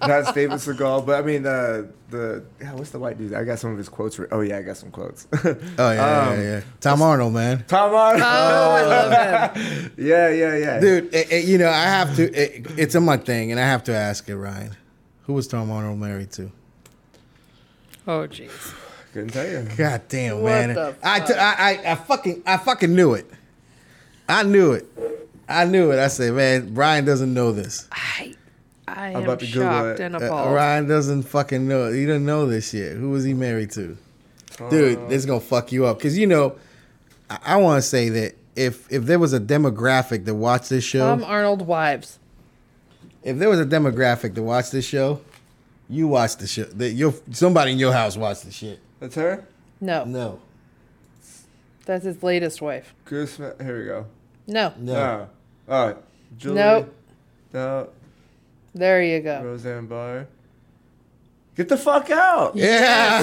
S3: not Steven Seagal, but I mean uh, the yeah, what's the white dude? I got some of his quotes. Re- oh yeah, I got some quotes.
S2: Oh yeah, yeah, yeah. Tom Arnold, man.
S3: Tom Arnold.
S4: Oh, I love him.
S3: Yeah, yeah, yeah.
S2: Dude, eh, eh, you know I have to. It, it's a my thing, and I have to ask it, Ryan. Who was Tom Arnold married to?
S4: Oh, jeez.
S3: couldn't tell you.
S2: God damn,
S4: What
S2: man!
S4: the
S2: I, t- I, I, I fucking, I fucking knew it. I knew it. I knew it. I said, man, Brian doesn't know this.
S4: I, I
S3: I'm
S4: am
S3: about to Google
S4: shocked
S3: it.
S4: and
S2: Uh,
S4: appalled.
S2: Ryan doesn't fucking know. It. He doesn't know this shit. Who was he married to?
S4: Uh.
S2: Dude, this is gonna fuck you up because you know. I, I want to say that if if there was a demographic that watched this show,
S4: Tom Arnold wives.
S2: if there was a demographic to watch this show, you watch the show. That your somebody in your house watched the shit.
S3: That's her.
S4: No,
S2: No,
S4: that's his latest wife.
S3: Chris. Ma- Here we go.
S4: No,
S2: no.
S3: No. Oh, Julie.
S4: Nope.
S3: No.
S4: there you go.
S3: Roseanne Barr. Get the fuck out.
S2: Yeah,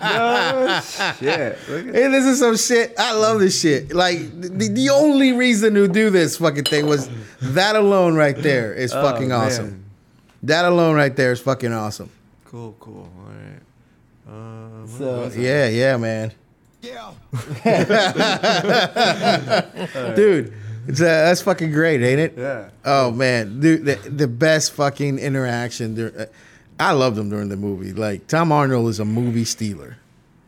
S3: No shit. Look at
S2: Hey, this is some shit. I love this shit. Like the, the only reason to do this fucking thing was that alone right there is fucking
S3: Oh, man.
S2: awesome. That alone right there is fucking awesome.
S3: Cool, cool. All right. Uh, what
S2: So
S3: was it?
S2: yeah, yeah, man,
S1: Yeah.
S2: dude, it's, uh, that's fucking great, ain't it?
S3: Yeah.
S2: Oh man, dude, the, the best fucking interaction. Dur- uh, I loved him during the movie. Like Tom Arnold is a movie stealer.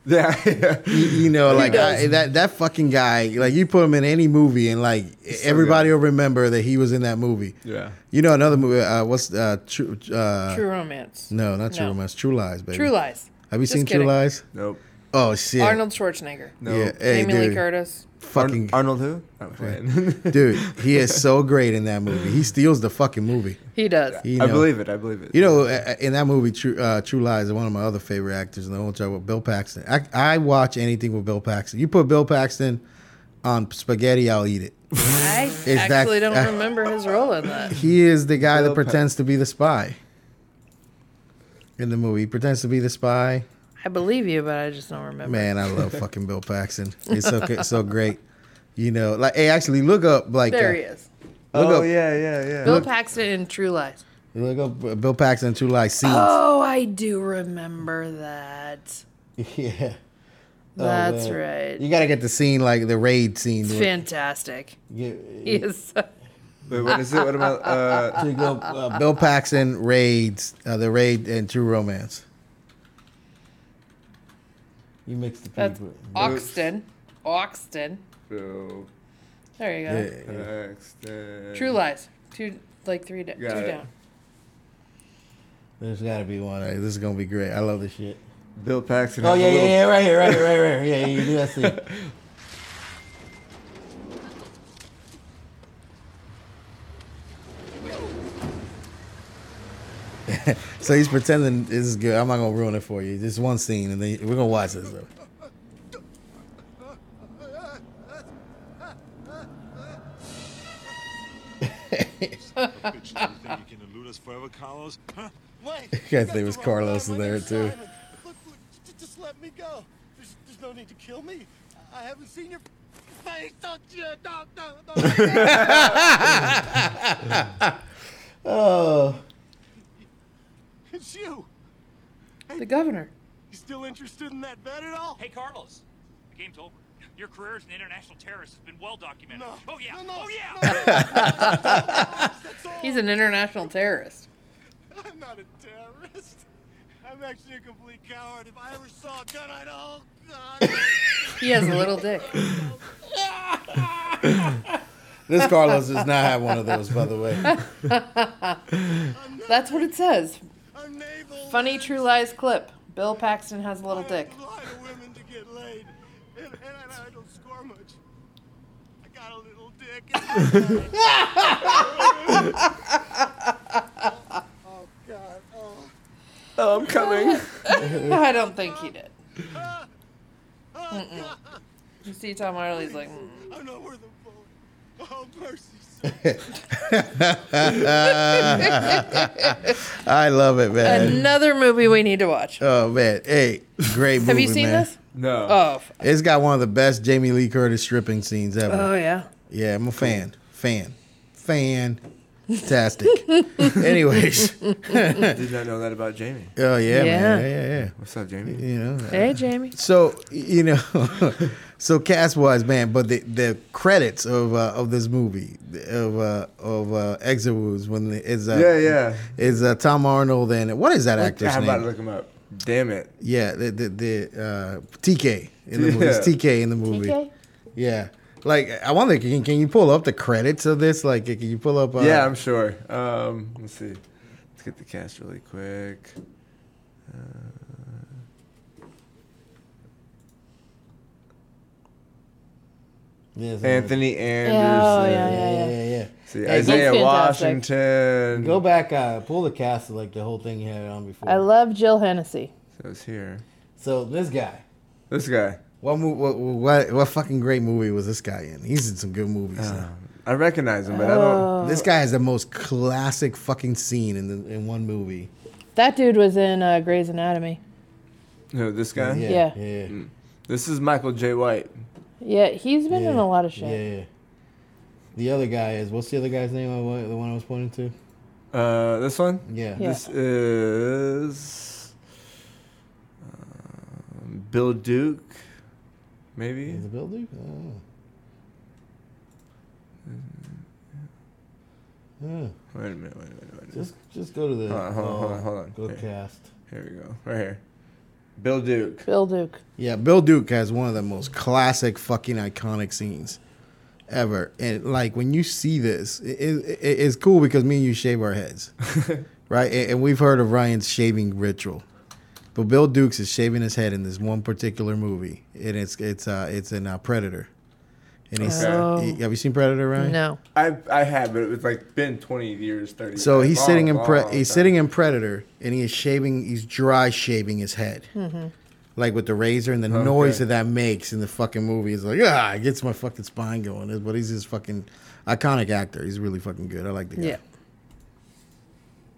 S3: Yeah. yeah.
S2: You, you know, like
S4: does.
S2: I, that that fucking guy. Like you put him in any movie, and like
S3: so
S2: everybody will remember that he was in that movie.
S3: Yeah.
S2: You know another movie? Uh, what's uh, true? Uh,
S4: True romance.
S2: No, not true
S4: No.
S2: romance. True lies, baby.
S4: True lies.
S2: Have you
S4: Just
S2: seen
S4: kidding.
S2: True Lies?
S3: Nope.
S2: Oh shit!
S4: Arnold Schwarzenegger.
S3: No.
S2: Yeah, hey,
S4: Jamie
S2: dude,
S4: Lee Curtis.
S3: Ar-
S2: fucking
S3: Arnold who? Oh, I'm playing.
S2: dude, he is so great in that movie. He steals the fucking movie.
S4: He does.
S2: You
S3: I
S2: know.
S3: believe it. I believe it.
S2: You know, uh, in that movie, True, uh, True Lies, one of my other favorite actors in the whole job with Bill Paxton. I, I watch anything with Bill Paxton. You put Bill Paxton on spaghetti, I'll eat it.
S4: I
S2: that-
S4: actually don't
S2: I-
S4: remember his role in that.
S2: He is the guy
S3: Bill
S2: that pretends to be the spy in the movie. He pretends to be the spy.
S4: I believe you, but I just don't remember.
S2: Man, I love fucking Bill Paxton. It's so it's so great. You know, like hey, actually look up like
S4: There he
S2: uh,
S4: is.
S3: oh
S2: up.
S3: yeah, yeah, yeah.
S4: Bill Paxton in True Lies.
S2: look up uh, Bill Paxton True Lies scenes.
S4: Oh, I do remember that.
S2: Yeah,
S4: That's
S2: Oh, man.
S4: right.
S2: you gotta get the scene like the raid scene.
S4: It's
S2: where-
S4: fantastic.
S2: get-
S4: He is so-
S3: Wait, what is it? What am I? Uh,
S2: to go, uh, Bill Paxton raids uh, the raid and True Romance. You mix the
S4: that's Oxton. Oxton.
S3: Bill
S4: There you go.
S2: Yeah,
S3: Paxton.
S4: True Lies. Two, like three, da- two
S3: Got it.
S4: down.
S2: there's gotta be one. Hey, This is gonna be great. I love this shit.
S3: Bill Paxton.
S2: Oh
S3: has a
S2: yeah, yeah,
S3: little-
S2: yeah, right here, right here, right here. Yeah, yeah, you do that scene. So he's pretending this is good. I'm not gonna ruin it for you. Just one scene, and then we're gonna watch this. Though.
S6: bitch. Do you think you can elude us forever, Carlos? Huh?
S1: Wait.
S2: Yeah, there was Carlos in there, too.
S1: Look, look, j- just let me go. There's, there's no need to kill me. I haven't seen your face. Don't you? No, no, no.
S2: Oh,
S1: it's you.
S4: The governor.
S1: You still interested in that vet at all?
S7: Hey, Carlos, the game's over. Your career as an international terrorist has been well documented.
S1: No.
S7: Oh yeah.
S1: No, no,
S7: oh yeah.
S1: no, no, no, no, no.
S4: He's an international terrorist.
S1: I'm not a terrorist. I'm actually a complete coward. If I ever saw a gun, I'd oh god.
S4: He has a little dick.
S2: this Carlos does not have one of those, by the way.
S4: That's what it says.
S1: I'm naval.
S4: Funny True Lies clip. Bill Paxton has a little
S1: I
S4: dick.
S1: lie to women to get laid, and, and I, I don't score much. I got a little dick. oh God! Oh.
S3: Oh, I'm coming.
S4: I don't think he did.
S1: Oh, God.
S4: You see Tom Arley's like, mm.
S1: I'm not worth a bullet.
S6: Oh, mercy.
S2: I love it, man.
S4: Another movie we need to watch.
S2: Oh man, hey, great movie.
S4: Have you seen
S2: man.
S4: this?
S3: No.
S4: Oh, f-
S2: It's got one of the best Jamie Lee Curtis stripping scenes ever.
S4: oh yeah.
S2: Yeah, I'm a fan. Fan. Fan. Fantastic. Anyways. Oh
S3: Did not know that about Jamie.
S2: yeah, man.
S4: Yeah.
S2: Yeah,
S3: What's up, Jamie?
S2: yeah, yeah. You know.
S4: Hey, Jamie.
S2: So you know, so cast wise, man. But the, the credits of uh, of this movie of uh, of uh, Exit Wounds when the, is uh,
S3: Yeah, yeah.
S2: is uh, Tom Arnold and what is that actor's
S3: How
S2: name?
S3: about to look him up? Damn it.
S2: Yeah, the the, the uh, TK in the movie.
S3: Yeah.
S2: It's TK in the movie.
S4: TK?
S2: Yeah. Like I wonder, can, can you pull up the credits of this? Like, can you pull up? Uh,
S3: yeah, I'm sure. Um, let's see. Let's get the cast really quick.
S2: yes, I'm-
S3: Anthony Anderson.
S2: uh,
S4: Oh, yeah, yeah,
S2: Yeah, yeah, yeah.
S3: See,
S2: Hey, he's
S3: Isaiah
S4: fantastic.
S3: Washington.
S2: Go back, uh, pull the cast of like the whole thing you had on before.
S4: I love Jill Hennessy.
S3: So it's here.
S2: so this guy.
S3: This guy.
S2: What, mo- what what what fucking great movie was this guy in? He's in some good movies. now.
S3: I recognize him, but I don't.
S2: This guy has the most classic fucking scene in the, in one movie.
S4: That dude was in uh, Grey's Anatomy.
S3: No, this guy.
S2: yeah,
S4: Yeah.
S2: yeah,
S3: This is Michael J. White.
S4: Yeah, he's been in
S2: Yeah.
S4: a lot of shit.
S2: yeah, yeah. The other guy is what's the other guy's name? I wa- The one I was pointing to.
S3: Uh, this one.
S2: Yeah,
S4: Yeah.
S3: This is um, Bill Duke, maybe.
S2: Is it Bill Duke? I don't know. Yeah,
S3: Wait a minute. Wait a minute. Wait a minute.
S2: just just go to the uh,
S3: Hold on, hold on, hold on, hold on.
S2: Oh, go to
S3: Here.
S2: cast.
S3: Here we go. Right here. Bill Duke.
S4: Bill Duke.
S2: Yeah, Bill Duke has one of the most classic fucking iconic scenes ever. And like when you see this, it, it, it's cool because me and you shave our heads, right? And, and we've heard of Ryan's shaving ritual, but Bill Duke's is shaving his head in this one particular movie, and it's it's uh it's in uh, Predator. And he's
S4: Oh.
S2: he- have you seen Predator, Ryan?
S4: No.
S3: I I have, but it was like been 20 years, 30.
S2: So
S3: years.
S2: he's
S3: Long,
S2: sitting in
S3: long,
S2: pre-
S3: long
S2: he's
S3: time.
S2: sitting in Predator, and he is shaving. He's dry shaving his head, like with the razor, and the noise that that makes in the fucking movie is like ah, it gets my fucking spine going. But he's just fucking iconic actor. He's really fucking good. I like the guy.
S4: Yeah.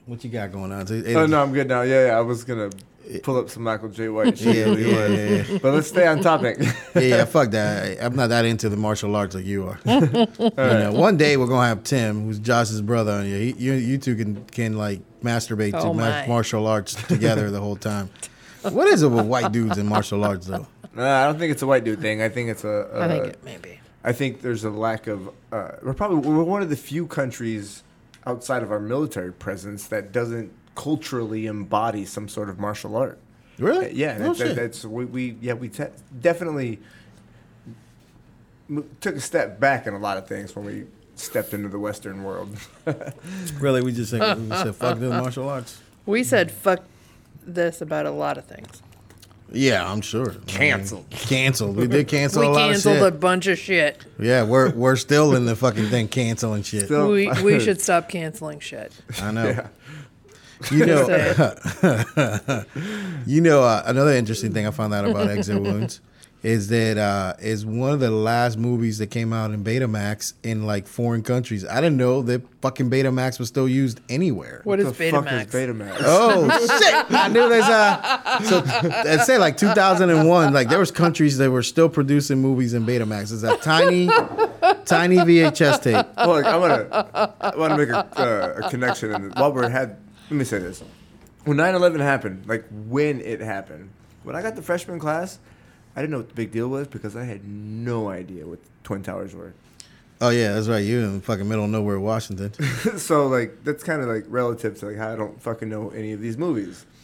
S2: What you got going on? So,
S3: Oh no, I'm good now. Yeah, yeah I was gonna pull up some Michael J. White shit.
S2: Yeah,
S3: really
S2: yeah,
S3: was.
S2: yeah,
S3: But let's stay on topic.
S2: yeah, yeah, fuck that. I, I'm not that into the martial arts like you are. you know, one day we're gonna have Tim, who's Josh's brother, on you. He, you, you two can can like masturbate to
S4: Oh,
S2: ma-
S4: my.
S2: martial arts together the whole time. What is it with white dudes and martial arts though?
S3: no, I don't think it's a white dude thing. I think it's a. a
S4: I
S2: Uh,
S4: think it maybe.
S3: I think there's a lack of. Uh, we're probably we're one of the few countries outside of our military presence that doesn't culturally embody some sort of martial art.
S2: Really?
S3: Yeah,
S2: No
S3: that, that,
S2: shit.
S3: that's we, we yeah we te- definitely m- took a step back in a lot of things when we stepped into the Western world.
S2: Really, we just said, we said fuck the martial arts.
S4: We said fuck this about a lot of things.
S2: Yeah, I'm sure. Canceled. canceled. We did cancel
S4: we
S2: a lot
S4: canceled a
S2: of shit.
S4: bunch of shit.
S2: yeah, we're we're still in the fucking thing canceling shit.
S3: Still-
S4: We we should stop canceling shit.
S2: I know. You know, you know. Uh, another interesting thing I found out about Exit Wounds is that uh, is one of the last movies that came out in Betamax in like foreign countries. I didn't know that fucking Betamax was still used anywhere.
S4: What is
S3: the fuck
S4: Betamax?
S3: is Betamax?
S2: Oh shit! I knew there's uh so I'd say like 2001, like there was countries that were still producing movies in Betamax. It's a tiny, tiny VHS tape.
S3: Oh, Look, I'm gonna I want to make a, uh, a connection. And while we're had, let me say this: when 9/11 happened, like when it happened, when I got the freshman class, I didn't know what the big deal was because I had no idea what the twin towers were.
S2: Oh yeah, that's right. You in fucking middle of nowhere, Washington.
S3: so like that's kind of like relative to like how I don't fucking know any of these movies. I-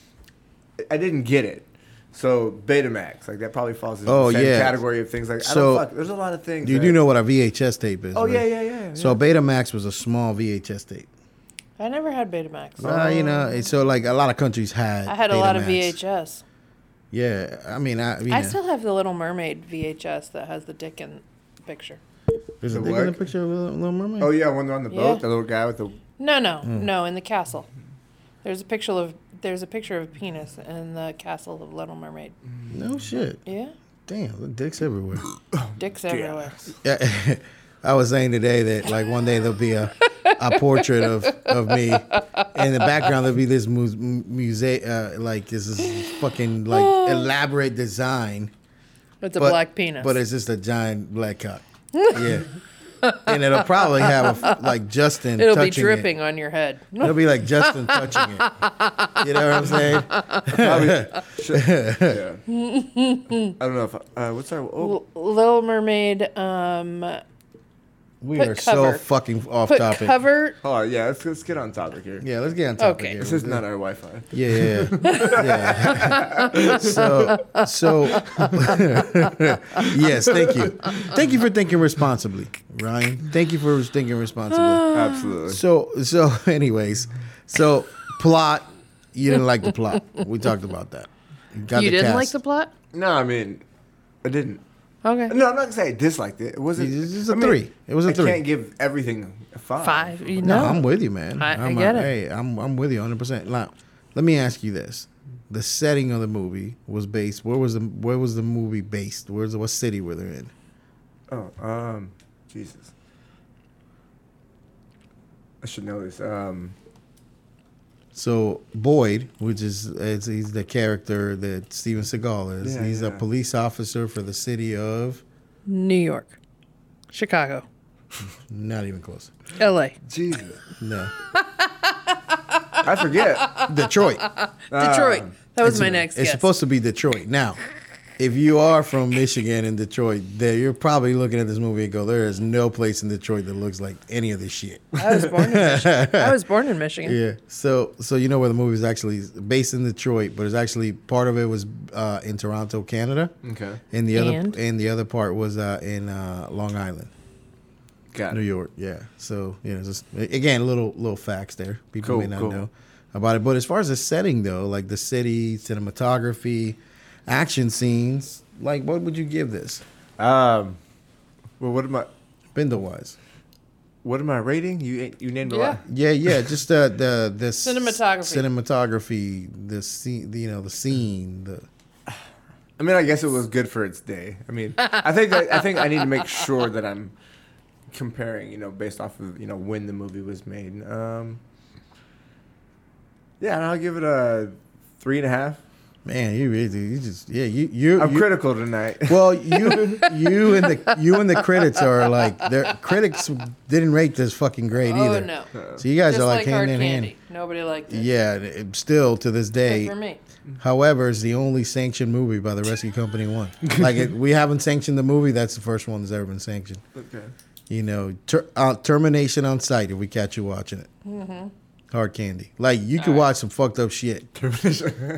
S3: I didn't get it. So Betamax, like that probably falls into
S2: Oh,
S3: the same
S2: yeah.
S3: category of things. Like
S2: So,
S3: I don't fuck. There's a lot of things.
S2: You
S3: that-
S2: do know what a VHS tape is?
S3: Oh yeah,
S2: right?
S3: yeah, yeah. yeah.
S2: So a Betamax was a small VHS tape.
S4: I never had Betamax.
S2: Uh, you know, and so like a lot of countries had.
S4: Um, I had a lot of
S2: Betamax.
S4: VHS.
S2: Yeah, I mean, I, you
S4: I
S2: know,
S4: still have the Little Mermaid VHS that has the dick in the picture.
S2: there's a
S3: The
S2: dick in the
S3: work?
S2: picture of Little Little Mermaid.
S3: oh yeah, when they're on the boat,
S4: Yeah.
S3: the little guy with the
S4: No, no,
S2: Hmm.
S4: no, in the castle. There's a picture of there's a picture of a penis in the castle of Little Mermaid.
S2: no shit!
S4: Yeah,
S2: Damn, the dicks everywhere.
S4: dicks everywhere.
S2: Yeah. I was saying today that like one day there'll be a, a portrait of, of me in the background there'll be this mu- muse- uh, like this is fucking like elaborate design
S4: It's a
S2: but-
S4: black penis.
S2: but it's just a giant black cock yeah and it'll probably have a, f- like Justin
S4: It'll be
S2: touching it.
S4: dripping on your head.
S2: It'll be like Justin touching it you know what I'm saying
S3: Yeah. I don't know if uh, what's our oh
S4: L- Little Mermaid. Um,
S2: we
S4: Put
S2: are so
S4: cover.
S2: fucking off
S4: put
S2: topic
S4: cover.
S3: hold on, oh, yeah let's, let's get on topic here.
S2: yeah let's get on topic
S4: Okay.
S2: here.
S3: This is not our Wi-Fi.
S2: Yeah, yeah, yeah. Yeah. so, so yes, thank you, thank you for thinking responsibly, Ryan. Thank you for thinking responsibly.
S3: Absolutely.
S2: So, so, anyways, so plot. You didn't like the plot. We talked about that. Got
S4: You didn't like
S2: cast.
S4: the plot?
S3: No, I mean, I didn't.
S4: Okay.
S3: No, I'm not gonna say I disliked it. It wasn't.
S2: It was a
S3: I mean,
S2: three. It was a
S3: I
S2: three.
S3: can't give everything a five.
S4: Five. You
S2: No,
S4: know.
S2: I'm with you, man.
S4: I- I
S2: am
S4: get it.
S2: Hey, I'm I'm with you 100. percent Now, let me ask you this: the setting of the movie was based. Where was the Where was the movie based? Where's what city were they in?
S3: Oh, um, Jesus. I should know this. Um,
S2: So Boyd, which is it's, he's the character that Steven Seagal is,
S3: Yeah,
S2: he's a
S3: yeah.
S2: police officer for the city of
S4: New York, Chicago,
S2: not even close.
S4: L.A.,
S3: Jesus.
S2: No,
S3: I forget.
S2: Detroit.
S4: Detroit. That
S2: Ah. It's-
S4: was my next
S2: It's
S4: guess.
S2: supposed to be Detroit. Now, if you are from Michigan and Detroit, there you're probably looking at this movie and go, there is no place in Detroit that looks like any of this shit.
S4: I was born in Michigan. I was born in Michigan.
S2: Yeah. So so you know where the movie is actually based in Detroit, but it's actually part of it was uh, in Toronto, Canada.
S3: Okay.
S2: And the other
S4: And?
S2: and, the other part was uh, in uh, Long Island,
S3: Got
S2: New
S3: it.
S2: York. Yeah. So you know, just again, little little facts there. People
S3: Cool,
S2: may not
S3: cool.
S2: know about it. But as far as the setting though, like the city, cinematography, action scenes, like what would you give this?
S3: Um, well, what am I?
S2: Bindle wise.
S3: What am I rating? You ain't- you named a
S4: Yeah.
S3: lot.
S2: Yeah, yeah, just the the the s-
S4: Cinematography.
S2: cinematography, the scene, the, you know, the scene, the
S3: I mean, I guess it was good for its day. I mean, I think that, I think I need to make sure that I'm comparing, you know, based off of you know when the movie was made. Um, yeah, and I'll give it a three and a half.
S2: man, you really, you just yeah, you you
S3: I'm
S2: you-
S3: critical tonight.
S2: Well, you you and the you and the critics are like their critics didn't rate this fucking great
S4: Oh
S2: either.
S4: no.
S2: So you guys
S4: Just
S2: are like,
S4: like hard
S2: hand in
S4: candy. Nobody liked it.
S2: hand. Yeah, and it- still to this day.
S4: Except for me.
S2: However, it's the only sanctioned movie by the Rescue Company one. Like it, we haven't sanctioned the movie. That's the first one that's ever been sanctioned.
S3: okay.
S2: You know, ter- uh, termination on sight if we catch you watching it.
S4: Mm-hmm.
S2: Hard candy. Like you could watch some fucked up shit,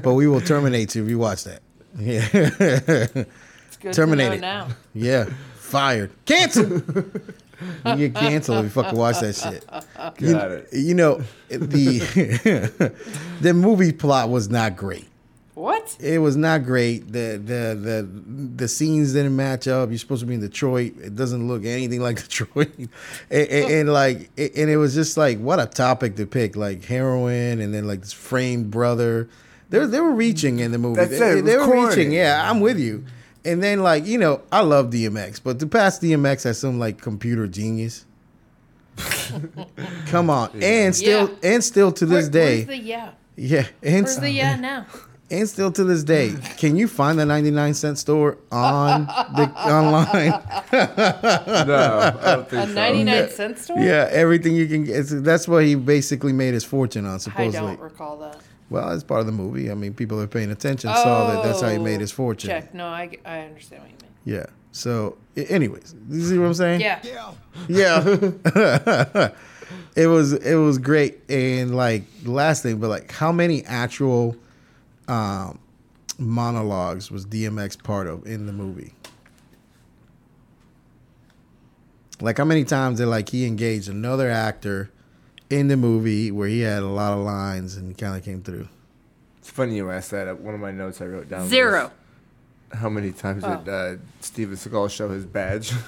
S2: but we will terminate you if you watch that. Yeah.
S4: It's good
S2: Terminate
S4: to know
S2: it.
S4: now.
S2: Yeah, fired, canceled. you get canceled if you fucking watch that shit. You-
S3: Got it.
S2: You know the the movie plot was not great.
S4: What?
S2: It was not great. The the the the scenes didn't match up. You're supposed to be in Detroit. It doesn't look anything like Detroit. and,
S3: Hmm.
S2: and- and, like it- and it was just like what a topic to pick. Like heroin and then like this framed brother. They were- they were reaching in the movie.
S3: That's
S2: they,
S3: it. It
S2: they- they
S3: was
S2: were
S3: corny.
S2: reaching. Yeah, I'm with you. And then like you know I love DMX, but to pass DMX as some like computer genius. Come on, and still
S4: Yeah.
S2: and still to this
S4: Where-
S2: day,
S4: Where's the yeah?
S2: yeah, and
S4: Where's the uh, yeah now?
S2: and still to this day, can you find the 99 cent store on the online?
S3: No, I don't
S4: A
S3: think so.
S4: 99 cent store?
S2: Yeah, everything you can get. That's what he basically made his fortune on,
S4: I
S2: supposedly.
S4: don't recall that.
S2: Well, it's part of the movie. I mean, people are paying attention, saw that that's how he made his
S4: Oh,
S2: fortune.
S4: Check. No, I, g- I understand what you mean.
S2: Yeah. So, a- anyways, you see what I'm saying?
S4: Yeah.
S2: Yeah. it was it was great and like the last thing, but like how many actual um monologues was DMX part of in the movie? Like how many times did like he engaged another actor in the movie where he had a lot of lines and kind of came through?
S3: It's funny you asked that. One of my notes I wrote down. was
S4: Zero. Oh.
S3: How many times did uh, Steven Seagal show his badge?
S2: How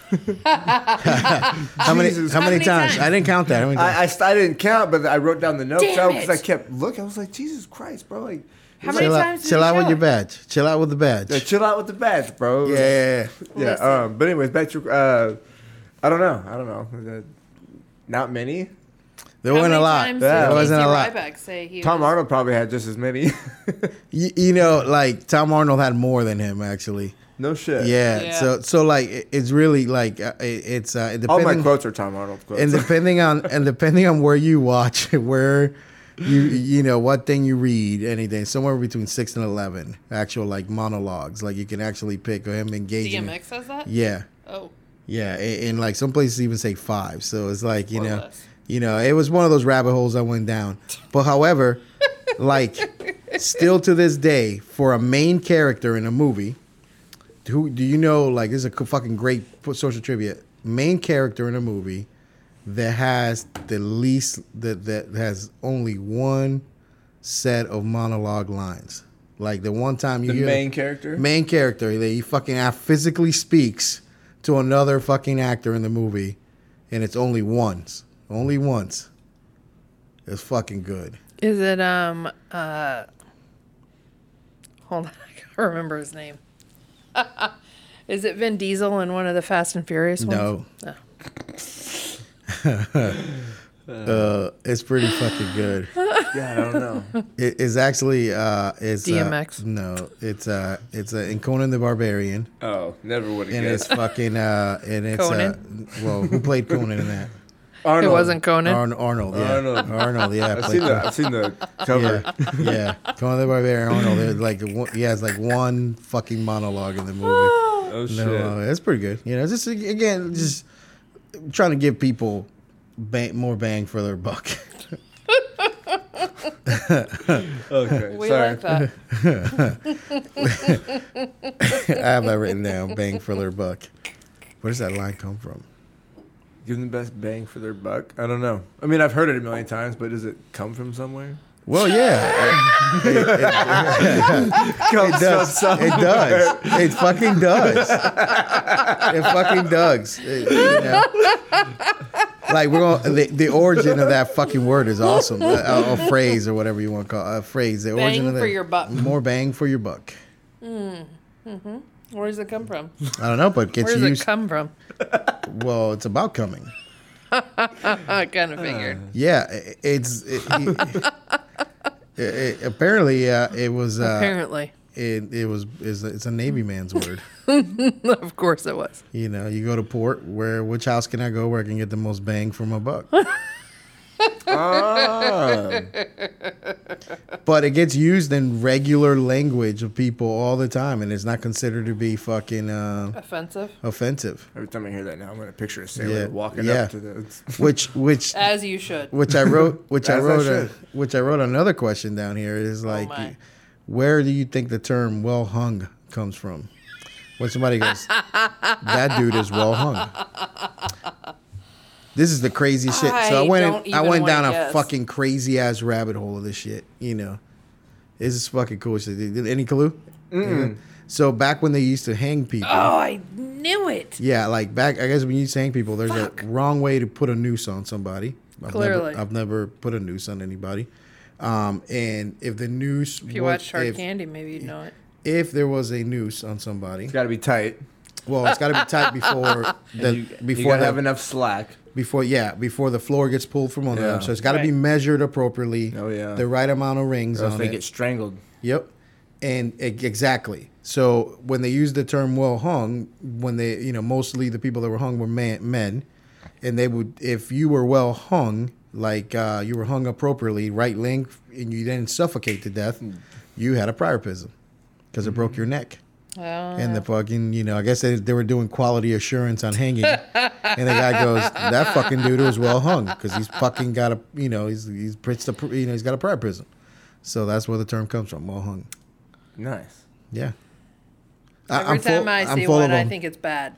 S2: many
S3: Jesus.
S2: how many,
S4: many
S2: times?
S4: times?
S2: I didn't count that. How many times?
S3: I, I, st- I didn't count, but I wrote down the notes
S4: Damn
S3: out because I
S4: it.
S3: kept looking. I was like, Jesus Christ, bro! Like,
S4: How many
S2: chill out,
S4: times did
S2: chill
S4: he
S2: out with
S4: show
S2: your
S4: it?
S2: badge. Chill out with the badge.
S3: Yeah, chill out with the badge, bro.
S2: yeah.
S3: yeah.
S4: Listen.
S3: Um, but anyways, back to uh, I don't know. I don't know. Uh, Not many.
S2: There wasn't a lot.
S4: Times
S3: Yeah.
S4: did
S2: There wasn't
S4: Casey
S2: a lot.
S4: Ryback say he
S3: Tom
S4: was-
S3: Arnold probably had just as many.
S2: You, you know, like Tom Arnold had more than him actually.
S3: no shit.
S2: Yeah.
S4: Yeah.
S2: So so like it- it's really like uh, it, it's uh, it
S3: All my
S2: depending
S3: quotes are Tom Arnold quotes.
S2: and depending on and depending on where you watch where you you know what thing you read anything somewhere between six and eleven actual like monologues like you can actually pick him engaging.
S4: DMX says that?
S2: Yeah.
S4: Oh.
S2: Yeah, and, and like some places even say five. So it's like you
S4: Or
S2: know,
S4: less.
S2: you know, it was one of those rabbit holes I went down. But however, like still to this day, for a main character in a movie, who do you know? Like this is a c- fucking great p- social trivia. Main character in a movie that has the least that that has only one set of monologue lines. Like the one time you
S3: the
S2: hear
S3: main character.
S2: main character that he fucking act- physically speaks to another fucking actor in the movie, and it's only once, only once. It's fucking good.
S4: Is it um uh hold on, I can't remember his name. Is it Vin Diesel in one of the Fast and Furious
S2: No.
S4: ones? Oh. No.
S2: Uh, it's pretty fucking good.
S3: yeah, I don't know.
S2: It is actually uh, it's uh,
S4: DMX.
S2: no, it's uh, it's uh, in Conan the Barbarian,
S5: Oh, never would have
S2: and it's
S5: guessed.
S2: fucking uh, and it's
S4: Conan?
S2: Uh, well, who played Conan in that?
S4: It
S3: Arnold.
S4: wasn't Conan.
S2: Arn- Arnold, yeah.
S3: Arnold.
S2: Arnold, yeah.
S3: I've
S2: played
S3: seen
S2: Conan.
S3: the I've seen the cover.
S2: Yeah, yeah. Conan the Barbarian Arnold. there's Like one, he has like one fucking monologue in the movie.
S5: Oh shit.
S2: No, uh, that's pretty good. You know, just again, just trying to give people bang, more bang for their buck.
S3: Okay.
S4: We
S3: sorry.
S4: like that.
S2: I have that written down. Bang for their buck. Where does that line come from?
S3: Give them the best bang for their buck. I don't know. I mean, I've heard it a million times, but does it come from somewhere?
S2: Well, yeah,
S3: Comes
S2: it does. It does. It fucking does. It fucking does. It- you know? Like we're going the, the origin of that fucking word is awesome. A, a- a phrase or whatever you want to call it. a phrase. The origin
S4: Bang
S2: of
S4: for
S2: the-
S4: your buck.
S2: More bang for your buck.
S4: Where does it come from?
S2: I don't know, but
S4: Where
S2: gets
S4: does it
S2: used.
S4: come from?
S2: well, it's about coming.
S4: I kind of figured.
S2: Yeah, i- it's. It, it- it- apparently, uh, it was. Uh,
S4: Apparently.
S2: it, it was. It's, a- it's a navy man's word.
S4: of course it was.
S2: You know, you go to port. Where? Which house can I go where I can get the most bang for my buck? Ah. but it gets used in regular language of people all the time, and it's not considered to be fucking uh,
S4: Offensive.
S2: offensive.
S3: Every time I hear that now, I'm gonna picture a sailor
S2: Yeah,
S3: walking
S2: yeah.
S3: up to the.
S2: Which, which,
S4: As you should.
S2: which I wrote, which I
S3: As I
S2: wrote, a,
S3: should.
S2: which I wrote another question down here is like,
S4: Oh my.
S2: where do you think the term "well hung" comes from? When somebody goes, "That dude is well hung." This is the crazy shit. so
S4: I
S2: I went,
S4: don't
S2: in, I
S4: even
S2: went down
S4: wanna
S2: a
S4: guess.
S2: fucking crazy ass rabbit hole of this shit. You know, this is fucking cool shit. Did- Any clue? So back when they used to hang people,
S4: Oh, I knew it.
S2: yeah, like back. I guess when you sang people, there's a wrong way to put a noose on somebody. I've
S4: Clearly.
S2: never, I've never put a noose on anybody. Um, and if the noose,
S4: If you
S2: was-
S4: watched Hard
S2: if,
S4: Candy, maybe you'd know it.
S2: if there was a noose on somebody,
S3: It's got to be tight.
S2: well, it's got to be tight before the
S3: You, you
S2: before
S3: gotta
S2: the,
S3: have enough slack.
S2: before yeah before the floor gets pulled from under
S3: Yeah.
S2: them. So it's got to be
S4: Right.
S2: measured appropriately.
S3: Oh, yeah.
S2: the right amount of rings
S3: Or else
S2: on
S3: they
S2: it.
S3: get strangled.
S2: Yep. And e- exactly. So when they use the term well hung, when they, you know, mostly the people that were hung were man, men. And they would, if you were well hung, like uh, you were hung appropriately, right length, and you didn't suffocate to death, you had a priapism because it broke your neck. And the fucking, you know, I guess they, they were doing quality assurance on hanging. and the guy goes, that fucking dude was well hung because he's fucking got a, you know, he's, he's, it's the, you know, he's got a priapism. So that's where the term comes from, well hung.
S3: Nice.
S2: Yeah.
S4: Every time I see one, I think it's bad.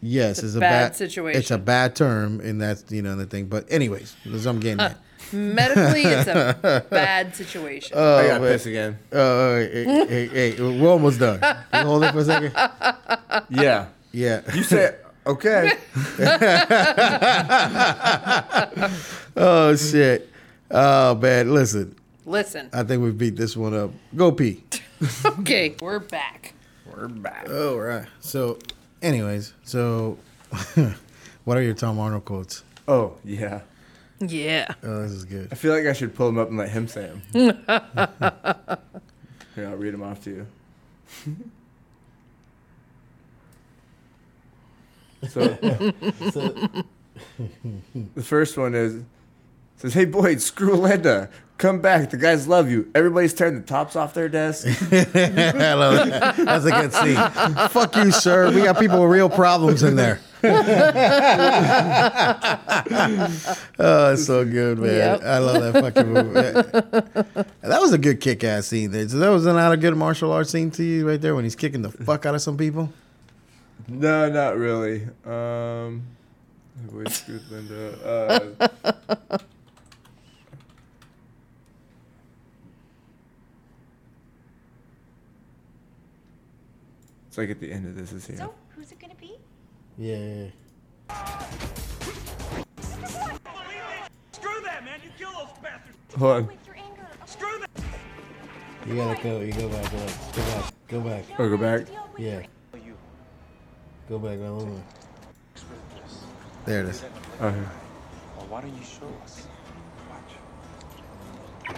S2: yes,
S4: a
S2: it's a
S4: bad
S2: bad, It's a
S4: situation.
S2: bad term, and that's you know the thing. But anyways, that's what I'm getting at.
S4: Medically, it's a bad situation.
S3: I got
S2: but-
S3: piss again.
S2: Uh, hey, hey, hey, we're almost done. Can you hold it for a second.
S3: Yeah.
S2: Yeah.
S3: You said okay.
S2: Oh shit. Oh man, listen.
S4: Listen.
S2: I think we beat this one up. Go pee.
S4: Okay, we're back.
S3: We're back.
S2: All right. So, anyways, so What are your Tom Arnold quotes?
S3: Oh yeah.
S4: Yeah.
S2: Oh, this is good.
S3: I feel like I should pull them up and let him say them. Here, I'll read them off to you. so the first one is says, "Hey Boyd, screw Linda, come back. The guys love you. Everybody's tearing the tops off their desks.
S2: I love that. That's a good scene. Fuck you, sir. We got people with real problems in there. oh, it's so good, man.
S4: Yep.
S2: I love that fucking movie. that was a good kick ass scene there. So that was not a good martial arts scene to you right there when he's kicking the fuck out of some people.
S3: No, not really. Um, wait, screwed Linda. Uh, it's like at the end of this is here.
S8: So, who's it gonna be?
S2: Yeah.
S7: Screw that, man. You kill those bastards.
S3: Hold on.
S8: With your anger.
S7: Screw that.
S2: You gotta go. You go back. Go back. Go back. Go back.
S3: Oh, go back.
S8: Deal with
S2: Yeah. Go back. One more. There it is.
S3: Oh, here.
S9: Well, why don't you show us? Watch.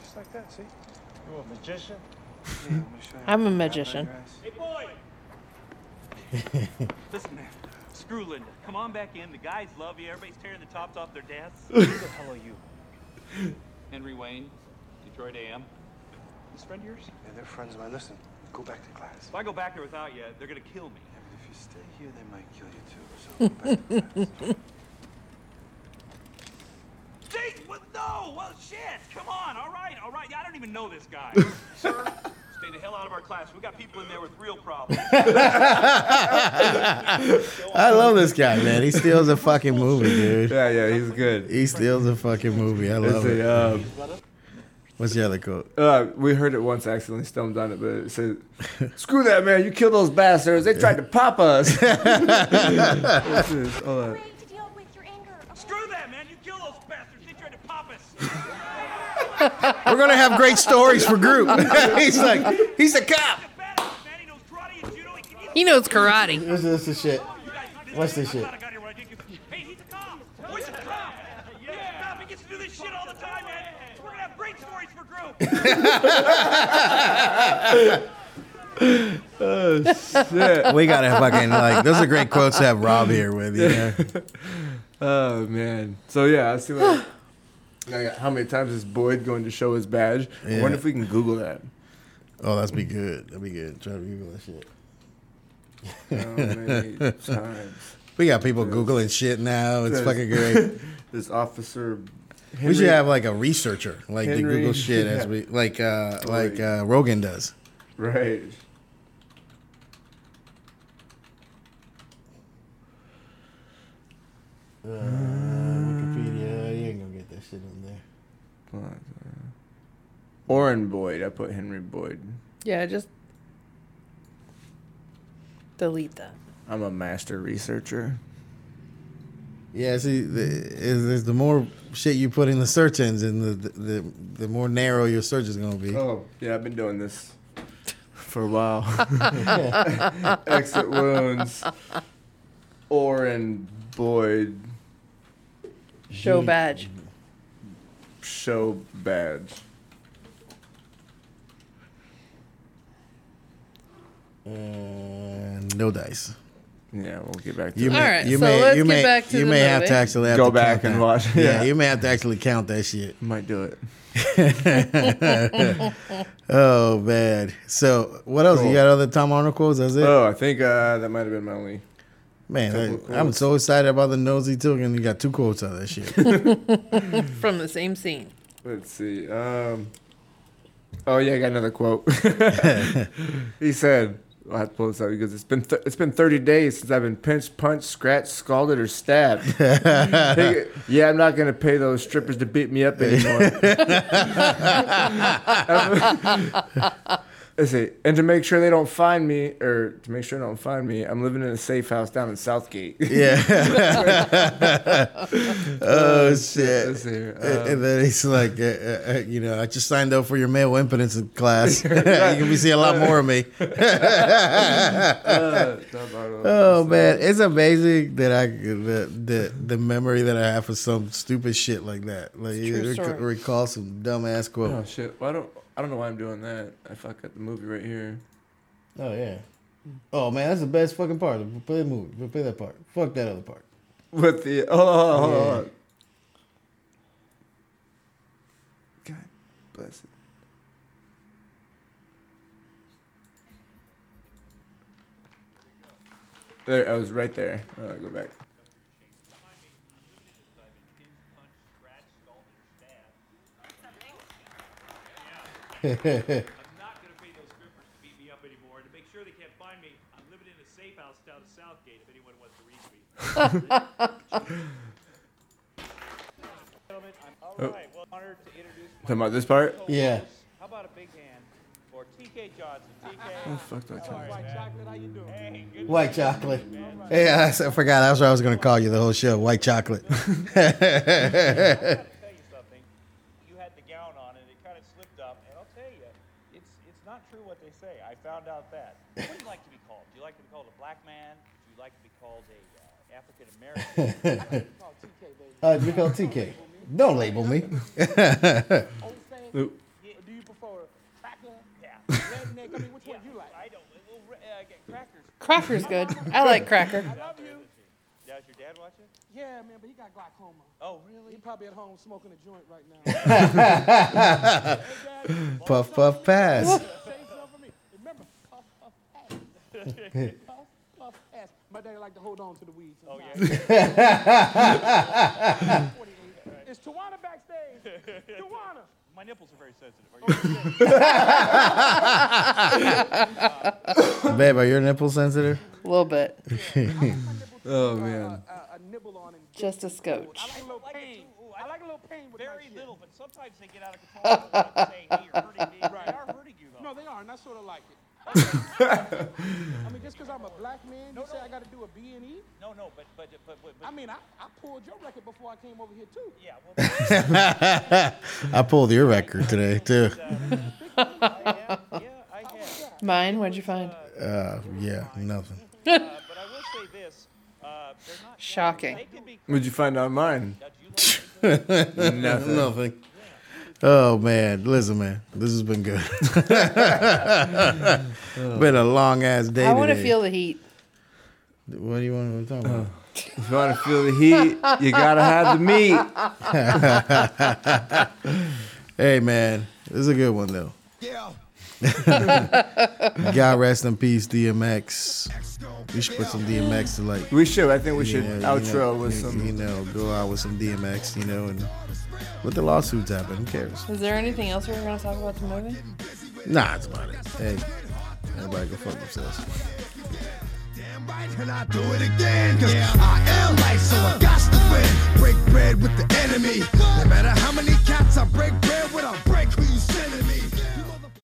S9: Just like that, see? You a magician? Yeah, I'm gonna show you.
S4: I'm a magician.
S7: Hey, boy. Listen, man. Screw Linda. Come on back in. The guys love you. Everybody's tearing the tops off their desks.
S9: Who the hell are you?
S7: Henry Wayne, Detroit AM. This friend of yours?
S9: Yeah, they're friends of mine. Listen, go back to class.
S7: If I go back there without you, they're gonna kill me.
S9: Yeah, but if you stay here, they might kill you too. So go back to class.
S7: Jeez, what? No! Well, shit! Come on! All right, all right. I don't even know this guy. Sir, stay the hell out of our class. We got people in there with real problems.
S2: I love this guy, man. He steals a fucking movie, dude.
S3: Yeah, yeah, he's good.
S2: He steals a fucking movie. I
S3: It's
S2: love it.
S3: a, um,
S2: What's the other quote?
S3: uh, we heard it once, accidentally stumbled on it, but it said, "Screw that, man! You killed those bastards! They tried to pop us." This is- hold on.
S8: your way to deal with your anger.
S7: Screw that, man! You kill those bastards! They tried to pop us.
S2: We're gonna have great stories for group. he's like, he's a cop.
S7: Badass man, he knows karate and judo. He can even. Oh,
S4: He knows karate.
S2: This is the shit.
S7: You guys, this
S2: What's this
S7: I'm
S2: shit?
S7: glad I got here when I did get- Hey, he's a cop. Oh, he's a cop. Yeah. He's a cop. He gets to do this shit all the time, man. We're gonna have great stories for group.
S2: We gotta fucking like. Those are great quotes to have Rob here with you. know?
S3: Oh man. So yeah, I see like, like, how many times is Boyd going to show his badge? I
S2: Yeah.
S3: wonder if we can Google that.
S2: Oh, that's be good. That'd be good. Try to Google that shit.
S3: How many times
S2: We got people googling shit now. It's
S3: Says-
S2: fucking great.
S3: this officer?
S2: We
S3: Henry-
S2: should have like a researcher, like the
S3: Henry-
S2: Google shit as
S3: yeah.
S2: we like, uh, like uh, Rogan does.
S3: right.
S2: Uh, Wikipedia, you ain't gonna get that shit on there.
S3: Oren Boyd. I put Henry Boyd.
S4: Yeah, just delete that.
S3: I'm a master researcher.
S2: Yeah, see, the, is, is the more shit you put in the search engine, the the, the, the more narrow your search is gonna be.
S3: Oh yeah, I've been doing this for a while. Exit wounds. Oren Boyd
S4: Show badge.
S3: show badge.
S2: Uh, no dice.
S3: Yeah, we'll get back to
S2: You
S3: that.
S2: may,
S4: All right,
S2: you
S4: so
S2: may,
S4: let's
S2: you
S4: get
S2: may,
S4: back to
S2: you
S4: the
S2: may have
S4: movie.
S2: to actually have
S3: Go
S2: to count
S3: back and
S2: that.
S3: watch-
S2: Yeah.
S3: yeah.
S2: you may have to actually count that shit.
S3: Might do it.
S2: Oh man. So what else? You
S3: Cool.
S2: got other Tom Arnold quotes? That's it.
S3: Oh, I think uh, that might have been my only.
S2: man,
S3: couple
S2: I, am
S3: quotes.
S2: so excited about the nosy took, and you got two quotes out of that shit.
S4: From the same scene.
S3: Let's see. Um, oh yeah, I got another quote. he said, "I have to pull this out because it's been th- it's been 30 days since I've been pinched, punched, scratched, scalded, or stabbed. Hey, yeah, I'm not gonna pay those strippers to beat me up anymore." Let's see. And to make sure they don't find me, or to make sure they don't find me, I'm living in a safe house down in Southgate.
S2: Yeah. oh
S3: Let's
S2: shit.
S3: see here.
S2: And
S3: Um,
S2: and then he's like, uh, uh, uh, you know, I just signed up for your male impotence class. you can be seeing a lot more of me.
S3: uh, da- da- da-
S2: Oh man, it's amazing that I the, the the memory that I have for some stupid shit like that. Like you
S4: true
S2: rec-
S4: story.
S2: recall some dumbass
S3: Oh
S2: quote.
S3: shit! Well, I don't. I don't know why I'm doing that. I fuck up the movie right here.
S2: Oh yeah. Oh man, that's the best fucking part. Play the movie. Play that part. Fuck that other part.
S3: With the oh, hold on, hold on, hold on. God bless it. There, I was right there. Uh, go back.
S7: I'm not gonna pay those grippers to beat me up anymore. To make sure they can't find me, I'm living in a safe house down in Southgate. If anyone wants to reach me.
S9: Gentlemen, I'm all
S3: Oh.
S9: right. Well, honored to introduce
S3: Talking about this part.
S2: Yeah.
S9: How about a big hand for TK Johnson?
S3: Oh,
S9: TK.
S3: fuck do I tell you?
S9: chocolate, how you doing? Hey, good.
S2: White chocolate. Yeah, I s- I forgot. That's what I was going to call you the whole show. White chocolate.
S9: I gotta tell you something. You had the gown on and it kind of slipped up. And I'll tell you, it's it's not true what they say. I found out that. What do you like to be called? Do you like to be called a black man? Do you like to be called a uh, African American? Call TK, baby.
S2: Uh, you call TK. Don't label me.
S9: Old thing.
S3: Oop.
S9: Yeah. Do you prefer cracker? Yeah. Redneck. I mean, which one do you like? I don't. Well, re- uh, get crackers.
S4: Cracker's good. I like cracker.
S9: I love you. Does your dad watch it? Yeah, man, but he got glaucoma. Oh, really? He probably at home smoking a joint right now.
S2: Puff, puff, pass.
S9: Remember, puff, puff, pass. puff, puff, pass. My daddy like to hold on to the weeds. Oh, yeah. Is Tawana backstage? Tawana! My nipples are very sensitive.
S2: Babe, are your nipples sensitive?
S4: A little bit.
S3: Oh man.
S9: Uh, a nibble on and
S4: Just a scotch.
S9: I like a little pain. I like a little pain with Very little, but sometimes they get out of control. I'm not saying, hey, you're hurting me. They are hurting you, though. No, they are, and I sort of like it. I mean, just because I'm a black man, you say I got to do a B and E? No, no, but, but, but, but, I mean, I, I pulled your record before I came over here, too. Yeah, well,
S2: I pulled your record today, too.
S9: yeah, I have.
S4: Mine, what'd you find?
S2: Uh, yeah, nothing.
S9: But I will say this. Uh, they're not
S4: Shocking.
S9: can be
S3: What'd you find out mine? Nothing.
S2: Nothing. Oh, man. Listen, man. This has been good. been a long ass day.
S4: I want to
S2: today.
S4: feel the heat.
S2: What do you want to talk about?
S3: If you want to feel the heat, you gotta have the meat.
S2: Hey, man. This is a good one, though.
S1: Yeah.
S2: God rest in peace, DMX. We should put some DMX to like.
S3: We should. I think we
S2: you
S3: should
S2: know, you
S3: outro
S2: know,
S3: with some.
S2: You know, go out with some DMX, you know, and let the lawsuits happen. Who cares?
S4: Is there anything else we were going to talk about the movie?
S2: Nah, it's about it. Hey, everybody go fuck themselves.
S1: Damn right, and I do it again. Cause I am life, so I got to win. Break bread with the enemy. No matter how many cats I break bread with, I break who you